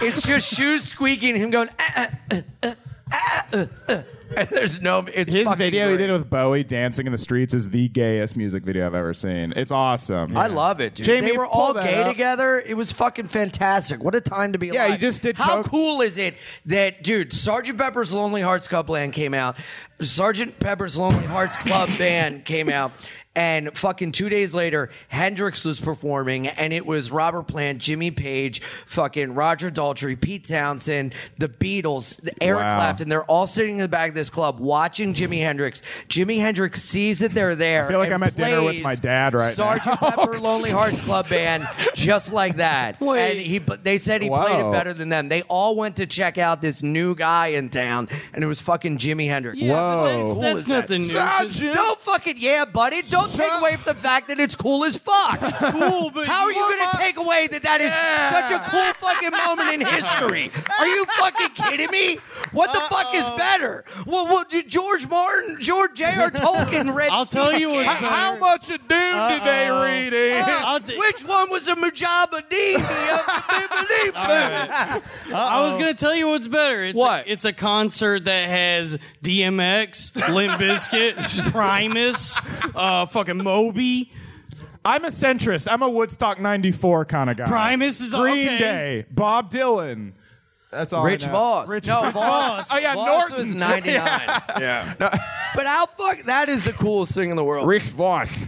S6: it's just shoes squeaking, him going. "Ah, ah, uh, uh, ah, uh, uh," and there's no. It's
S3: His
S6: fucking
S3: video he
S6: great.
S3: did with Bowie dancing in the streets is the gayest music video I've ever seen. It's awesome.
S6: I love it, dude.
S3: Jamie,
S6: they were
S3: pull
S6: all
S3: that
S6: gay
S3: up.
S6: together. It was fucking fantastic. What a time to be
S3: Yeah,
S6: alive.
S3: you just did
S6: How
S3: coke.
S6: cool is it that, dude, Sergeant Pepper's Lonely Hearts Club Band came out. Sergeant Pepper's Lonely Hearts Club Band came out. And fucking two days later, Hendrix was performing, and it was Robert Plant, Jimmy Page, fucking Roger Daltrey, Pete Townsend, the Beatles, Eric
S3: Wow.
S6: Clapton. They're all sitting in the back of this club watching Jimmy Hendrix. Jimi Hendrix sees that they're there. I
S3: feel like I'm at dinner with my dad right now.
S6: Sergeant Pepper Lonely Hearts Club Band, just like that.
S5: Wait.
S6: And he, but they said he
S3: Wow.
S6: played it better than them. They all went to check out this new guy in town, and it was fucking Jimi Hendrix.
S5: Yeah, but
S3: Whoa.
S5: That's, that's nothing new. 'cause-
S6: Don't fucking yeah, buddy. Don't take away from the fact that it's cool as fuck.
S5: Cool, but
S6: How are you going to take away that that is such a cool fucking moment in history? Are you fucking kidding me? What the fuck is better? Well, well, did George Martin, George J.R. Tolkien read.
S5: I'll tell you
S6: Stephen
S5: what's
S6: King?
S5: better.
S3: How much of Dune did they read in?
S5: I'll
S6: Uh,
S5: t-
S6: Which one was a Mujahideen? The, uh,
S5: I was gonna tell you what's better. It's
S6: What?
S5: A, it's a concert that has DMX, Limp Bizkit, Primus, uh, fucking Moby.
S3: I'm a centrist. I'm a Woodstock 94 kind of guy.
S5: Primus is
S3: Green
S5: okay.
S3: Day, Bob Dylan. That's all. I
S6: Rich
S3: know.
S6: Voss.
S3: Rich
S6: no,
S3: Voss.
S6: Voss.
S3: Oh, yeah,
S6: Voss
S3: Norton.
S6: was 99. yeah. But how fuck, that is the coolest thing in the world.
S3: Rich Voss.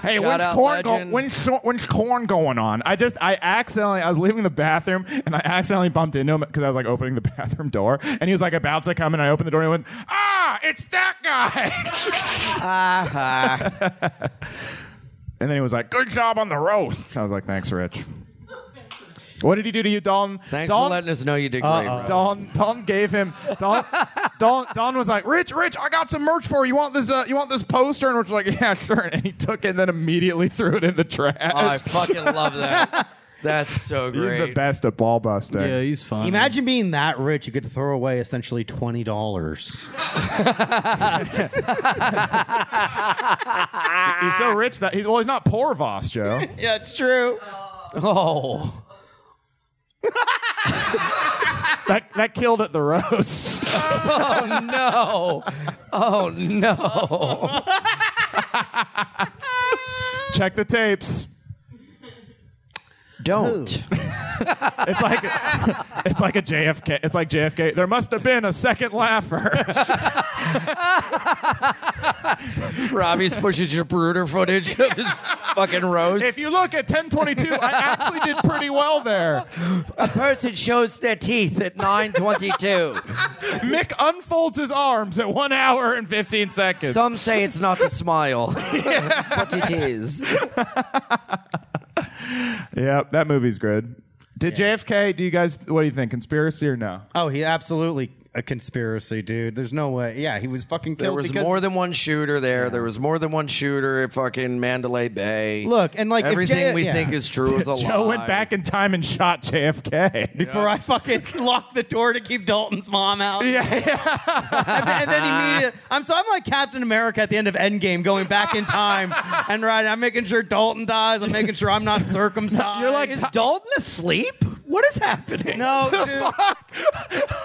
S3: Hey,
S6: Shout
S3: when's
S6: out
S3: corn, go-
S6: legend.
S3: when's, so- when's corn going on? I just, I accidentally, I was leaving the bathroom and I accidentally bumped into him because I was like opening the bathroom door and he was like about to come and I opened the door and he went, ah, it's that guy.
S6: Uh-huh.
S3: and then he was like, good job on the roast. I was like, thanks, Rich. What did he do to you, Dalton?
S6: Thanks
S3: Dalton, Uh-uh.
S6: for letting us know you did great. bro.
S3: Don Don gave him Don Don Don was like, Rich, Rich, I got some merch for you. You want this uh, you want this poster? And Rich was like, Yeah, sure. And he took it and then immediately threw it in the trash.
S6: Oh, I fucking love that. That's so
S3: He's
S6: great.
S3: the best at ball busting.
S5: Yeah, he's fine.
S2: Imagine being that rich, you could throw away essentially twenty dollars.
S3: He's so rich that he's well, he's not poor Voss, Joe.
S2: Yeah, it's true.
S6: Oh,
S3: that that killed at the roast.
S6: no. Oh, no.
S3: Check the tapes.
S6: Don't.
S3: It's like it's like a JFK. It's like JFK. There must have been a second laugher.
S6: Robbie's pushing Zapruder footage of his fucking roast.
S3: if you look at 1022, I actually did pretty well there.
S6: a person shows their teeth at 922,
S3: Mick unfolds his arms at one hour and 15 seconds.
S6: some say it's not a smile, but it is.
S3: Yep, that movie's good. Did JFK? Do you guys? What do you think? Conspiracy or no?
S2: Oh, he absolutely a conspiracy, dude. There's no way. Yeah, he was fucking killed.
S6: There was
S2: because-
S6: more than one shooter there. There was more than one shooter at fucking Mandalay Bay.
S2: Look, and, like, if
S6: everything
S2: J-
S6: we
S2: yeah.
S6: think is true is a lie.
S3: Joe went back in time and shot JFK.
S2: before I fucking locked the door to keep Dalton's mom out. Yeah, and, then- and then immediately, I'm so I'm like Captain America at the end of Endgame, going back in time and right. I'm making sure Dalton dies. I'm making sure I'm not circumcised. You're like,
S6: Is Dalton asleep? What is happening?
S2: no, dude.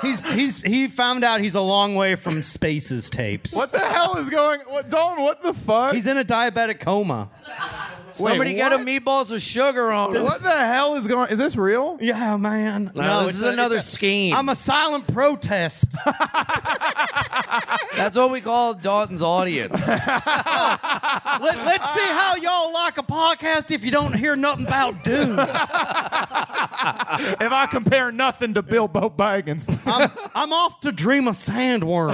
S2: he's he's he found out he's a long way from Spaces tapes.
S3: What the hell is going? What, Dalton, what the fuck?
S2: He's in a diabetic coma.
S6: Somebody
S3: Wait,
S6: get him
S3: what?
S6: meatballs with sugar on 'em.
S3: what the hell is going? Is this real?
S2: Yeah, man.
S6: No, this
S2: it's
S6: is
S2: a-
S6: another
S2: it's a-
S6: scheme.
S2: I'm a silent protest.
S6: That's what we call Dalton's audience.
S2: Let, us see how y'all like a podcast if you don't hear nothing about Dune.
S3: If I compare nothing to Bilbo Baggins,
S2: I'm, I'm off to dream a sandworm.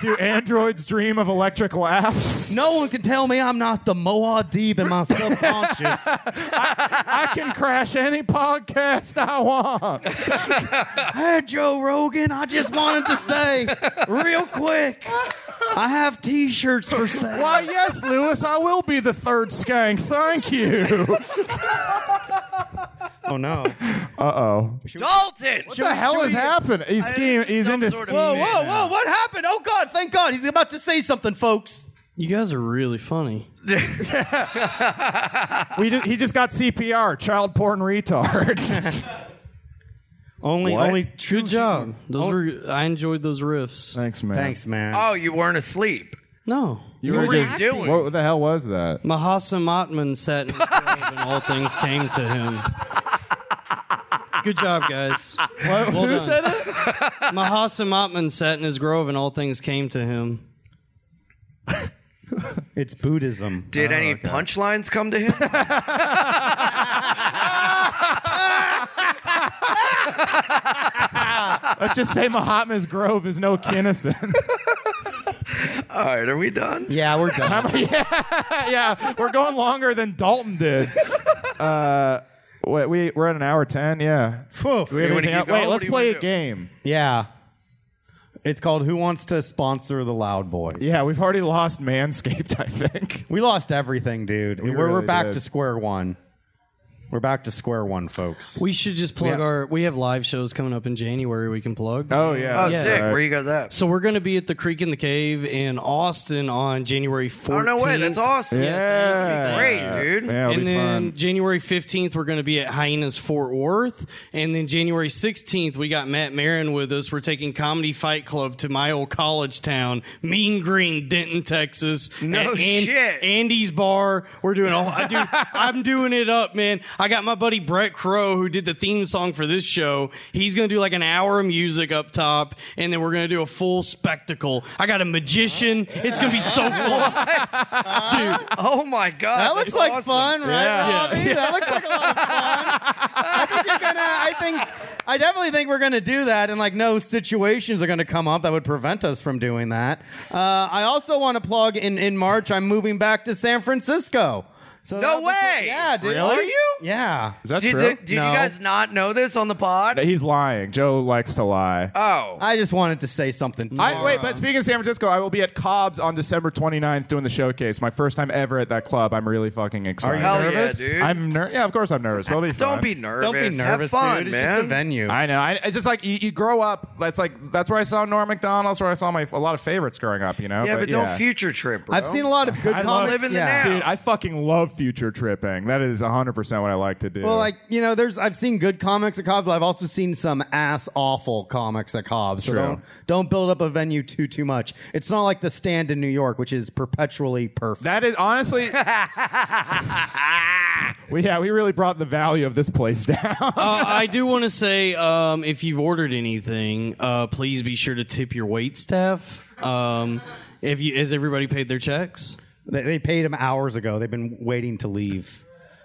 S3: do androids dream of electric laughs?
S2: No one can tell me I'm not the Moa Deep in my subconscious.
S3: I can crash any podcast I want.
S2: hey, Joe Rogan, I just wanted to say real quick I have t shirts for sale.
S3: Why, yes, Lewis, I will be the third skank. Thank you.
S2: Oh, no.
S6: Dalton!
S3: What the hell is happening? He's scheme. He's
S6: some
S3: into
S6: sort of-
S2: Whoa,
S3: scheming.
S2: whoa, whoa, what happened? Oh, God, thank God. He's about to say something, folks.
S5: you guys are really funny.
S3: We ju- he just got CPR, child porn retard.
S2: Only,
S3: What? Oh.
S2: only.
S5: Good job. Those were I enjoyed those riffs.
S3: Thanks, man.
S2: Thanks, man.
S6: Oh, you weren't asleep.
S5: No.
S3: You were
S6: What were you
S3: just-
S6: doing?
S3: What the hell was that?
S5: Mahasam Atman sat in his grave and all things came to him. Good job, guys.
S3: What,
S5: Well
S3: who
S5: done.
S3: said it?
S5: Mahasam Atman sat in his grove and all things came to him.
S2: It's Buddhism.
S6: Did any punchlines come to him?
S3: Let's just say Mahatma's Grove is no Kinnison.
S6: All right, are we done?
S2: Yeah, we're done.
S3: yeah, we're going longer than Dalton did. Uh, wait, we we're at an hour ten. Yeah. Do we have
S6: You wanna
S3: anything
S6: keep
S3: else?
S6: going?
S3: Wait,
S6: What
S3: let's
S6: do you
S3: play
S6: wanna
S3: a
S6: do?
S3: game.
S2: Yeah. It's called Who Wants to Sponsor the Loud Boy?
S3: Yeah, we've already lost Manscaped. I think.
S2: We lost everything, dude. We are
S3: really
S2: we're back
S3: did.
S2: to square one. We're back to square one, folks.
S5: We should just plug
S2: Yeah.
S5: our we have live shows coming up in January we can plug.
S3: Oh yeah.
S6: Oh,
S3: that's
S6: sick.
S3: right.
S6: Where you guys at?
S5: So we're going to be at the Creek in the Cave in Austin on January 14th.
S6: Oh, no way. That's awesome.
S3: Yeah.
S6: Great, dude.
S3: Yeah, it'll
S5: and
S3: be
S5: then
S3: fun.
S5: January 15th, we're going to be at Hyenas Fort Worth. And then January 16th, we got Matt Marin with us. We're taking Comedy Fight Club to my old college town, Mean Green, Denton, Texas.
S6: No
S5: At An-
S6: shit.
S5: Andy's Bar. We're doing all, I do, I'm doing it up, man. I got my buddy Brett Crow, who did the theme song for this show. He's going to do like an hour of music up top, and then we're going to do a full spectacle. I got a magician. It's going to be so fun.
S6: Oh my god,
S2: That looks
S6: that's
S2: like
S6: awesome.
S2: fun, right,
S3: Yeah.
S2: Robbie? That looks like a lot of fun. I think you're gonna. I think. I definitely think we're gonna do that, and like no situations are gonna come up that would prevent us from doing that. Uh, I also want to plug in in March. I'm moving back to San Francisco. So
S6: No
S2: that'll be cool.
S6: way!
S2: Yeah, dude.
S6: Really? Are you?
S2: Yeah.
S3: Is that
S6: Did,
S3: true?
S6: did, did
S2: No.
S6: you guys not know this on the pod?
S3: He's lying. Joe likes to lie.
S6: oh,
S2: I just wanted to say something. To
S3: I, wait, but speaking of San Francisco, I will be at Cobb's on December 29th doing the showcase. My first time ever at that club. I'm really fucking excited.
S2: you
S6: hell
S2: nervous?
S6: yeah, dude!
S3: I'm ner- Yeah, of course I'm nervous. We'll be
S6: Don't
S3: fine.
S6: be nervous.
S2: don't be nervous,
S6: Have fun,
S2: dude. It's
S6: man.
S2: just a venue.
S3: I know. I, it's just like you, you grow up. That's like that's where I saw Norm Macdonald's. Where I saw my a lot of favorites growing up. You know.
S6: Yeah, but don't future trip. Bro.
S2: I've seen a lot of good
S3: I love-
S2: comics.
S6: Live in the
S2: yeah.
S6: now.
S3: Dude, I fucking love future tripping. That is 100 percent what I like to do.
S2: Well, like you know, there's I've seen good comics at Cobb's, but I've also seen some ass awful comics at Cobb's. So
S3: True.
S2: don't don't build up a venue too too much. It's not like the stand in New York, which is perpetually perfect.
S3: that is honestly. we yeah, we really brought the value of this place down.
S5: uh, I do want to say um, if you've ordered anything, uh, please be sure to tip your wait staff. Um, if you, has everybody paid their checks?
S2: they, they paid him hours ago. They've been waiting to leave.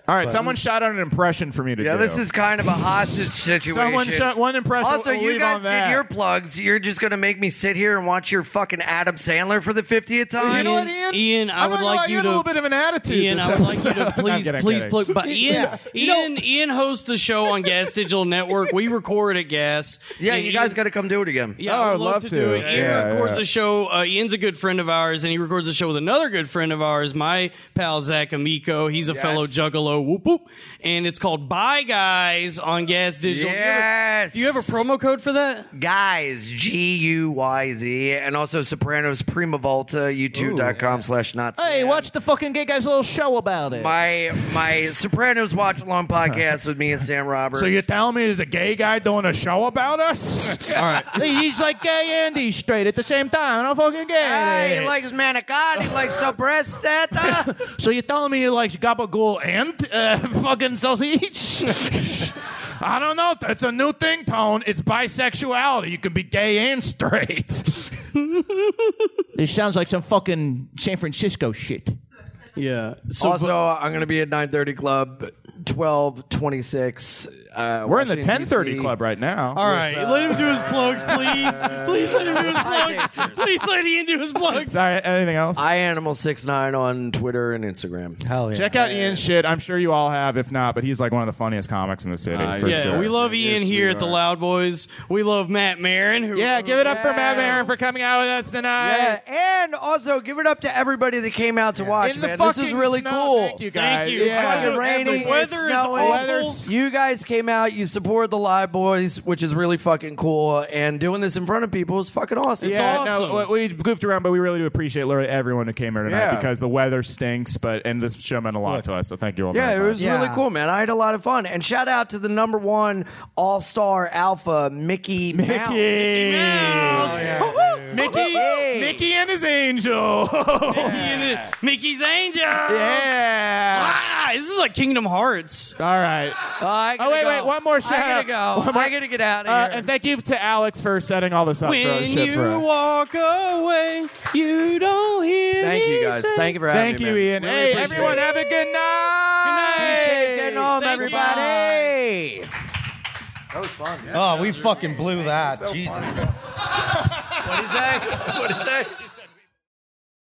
S3: All right, someone shot out an impression for me to
S6: yeah,
S3: do.
S6: this is kind of a hostage situation.
S3: someone shot one impression.
S6: Also,
S3: we'll
S6: you
S3: leave
S6: guys
S3: on that.
S6: did your plugs. You're just gonna make me sit here and watch your fucking Adam Sandler for the 50th time.
S3: You know what, Ian?
S5: Ian- Ian, I
S3: I'm
S5: would
S3: not gonna
S5: like
S3: lie,
S5: you
S3: had a
S5: to-
S3: little bit of an attitude.
S5: Ian,
S3: this
S5: I would like you to
S3: episode.
S5: please,
S3: I'm kidding,
S5: please
S3: kidding.
S5: plug. But Ian, Ian, Ian hosts a show on Gas Digital Network. We record at Gas.
S6: yeah,
S5: And
S6: you guys
S5: Ian-
S6: gotta come do it again.
S5: Yeah,
S3: Oh,
S5: I
S3: I'd
S5: would love,
S3: love
S5: to,
S3: to.
S5: do it. Ian
S3: Yeah,
S5: records
S3: yeah.
S5: a show. Uh, Ian's a good friend of ours, and he records a show with another good friend of ours, my pal Zach Amico. He's a fellow juggalo. Whoop whoop. And it's called Bye Guys on Gas Digital. Do you have a-
S6: Yes.
S5: Do you have a promo code for that?
S6: Guys, G U Y Z, and also Sopranos Prima Volta, youtube.com slash not. Hey,
S8: watch the fucking gay guy's little show about it.
S6: My my Sopranos watch along podcast with me and Sam Roberts.
S3: So you're telling me there's a gay guy doing a show about us?
S5: All right.
S8: He's like gay and he's straight at the same time. I don't fucking get
S6: Hey,
S8: it.
S6: Ah, he likes manicotti, he likes sopressata.
S8: so you're telling me he likes gabagool and uh, fucking sausage?
S3: I don't know. It's a new thing, Tone. It's bisexuality. You can be gay and straight.
S8: this sounds like some fucking San Francisco shit.
S5: Yeah. So
S6: also, I'm going to be at 930 Club, 1226. Uh,
S3: We're in the
S6: Washington,
S3: 1030
S6: DC.
S3: club right now.
S5: All right, let
S3: uh,
S5: him do his plugs, please. please let him do his plugs. Please let Ian do his plugs.
S3: Sorry, anything else?
S6: I Animal 69 on Twitter and Instagram.
S2: Hell yeah.
S3: Uh, Check out Ian's shit. I'm sure you all have, if not, but he's like one of the funniest comics in the city. for
S5: Uh, Yeah,
S3: sure.
S5: we love Ian here at the Loud Boys. We love Matt Marin. Who,
S3: Yeah, give it up for Matt Maron for coming out with us tonight.
S6: Yeah, and also give it up to everybody that came out to watch,
S3: In the
S6: man. This is
S3: fucking
S6: really
S3: snow.
S6: cool.
S3: Thank you guys.
S5: Thank you.
S3: Yeah.
S6: Fucking rainy,
S5: The weather
S6: it's
S5: is
S6: snowing.
S5: awful.
S3: Weather's-
S6: You guys came out, you supported the Live Boys, which is really fucking cool, and doing this in front of people is fucking awesome.
S3: yeah,
S5: awesome.
S3: no, we we goofed around, but we really do appreciate literally everyone who came here tonight
S6: Yeah.
S3: because the weather stinks, but and this show meant a lot to us. So thank you all.
S6: Yeah,
S3: very
S6: it was
S3: much.
S6: really
S2: Yeah.
S6: cool, man. I had a lot of fun. And shout out to the number one all star alpha, Mickey Mouse.
S3: Mickey,
S5: Oh,
S6: Woo-hoo!
S3: Oh, Mickey,
S6: Hey.
S3: Mickey and his angel.
S5: Ian is- Mickey's Angel.
S3: yeah.
S5: Ah, this is like Kingdom Hearts.
S3: All right.
S6: Uh, I
S3: Oh, wait,
S6: gotta
S3: wait,
S6: go.
S3: one more shout
S6: I
S3: out.
S6: gotta go. I gotta get out of
S3: Uh,
S6: here.
S3: and thank you to Alex for setting all this up for
S5: When
S3: us. shit
S5: you
S3: for us.
S5: walk away, you don't hear.
S6: Thank you guys. Thank you for having
S3: Thank
S6: me.
S3: you,
S6: man.
S3: Ian.
S6: Really
S3: hey,
S6: appreciate
S3: everyone,
S6: it.
S3: have a good night.
S6: Hey, Getting home,
S5: Thank you.
S6: everybody.
S2: Oh, we fucking blew that. Jesus.
S6: What is that? What is that?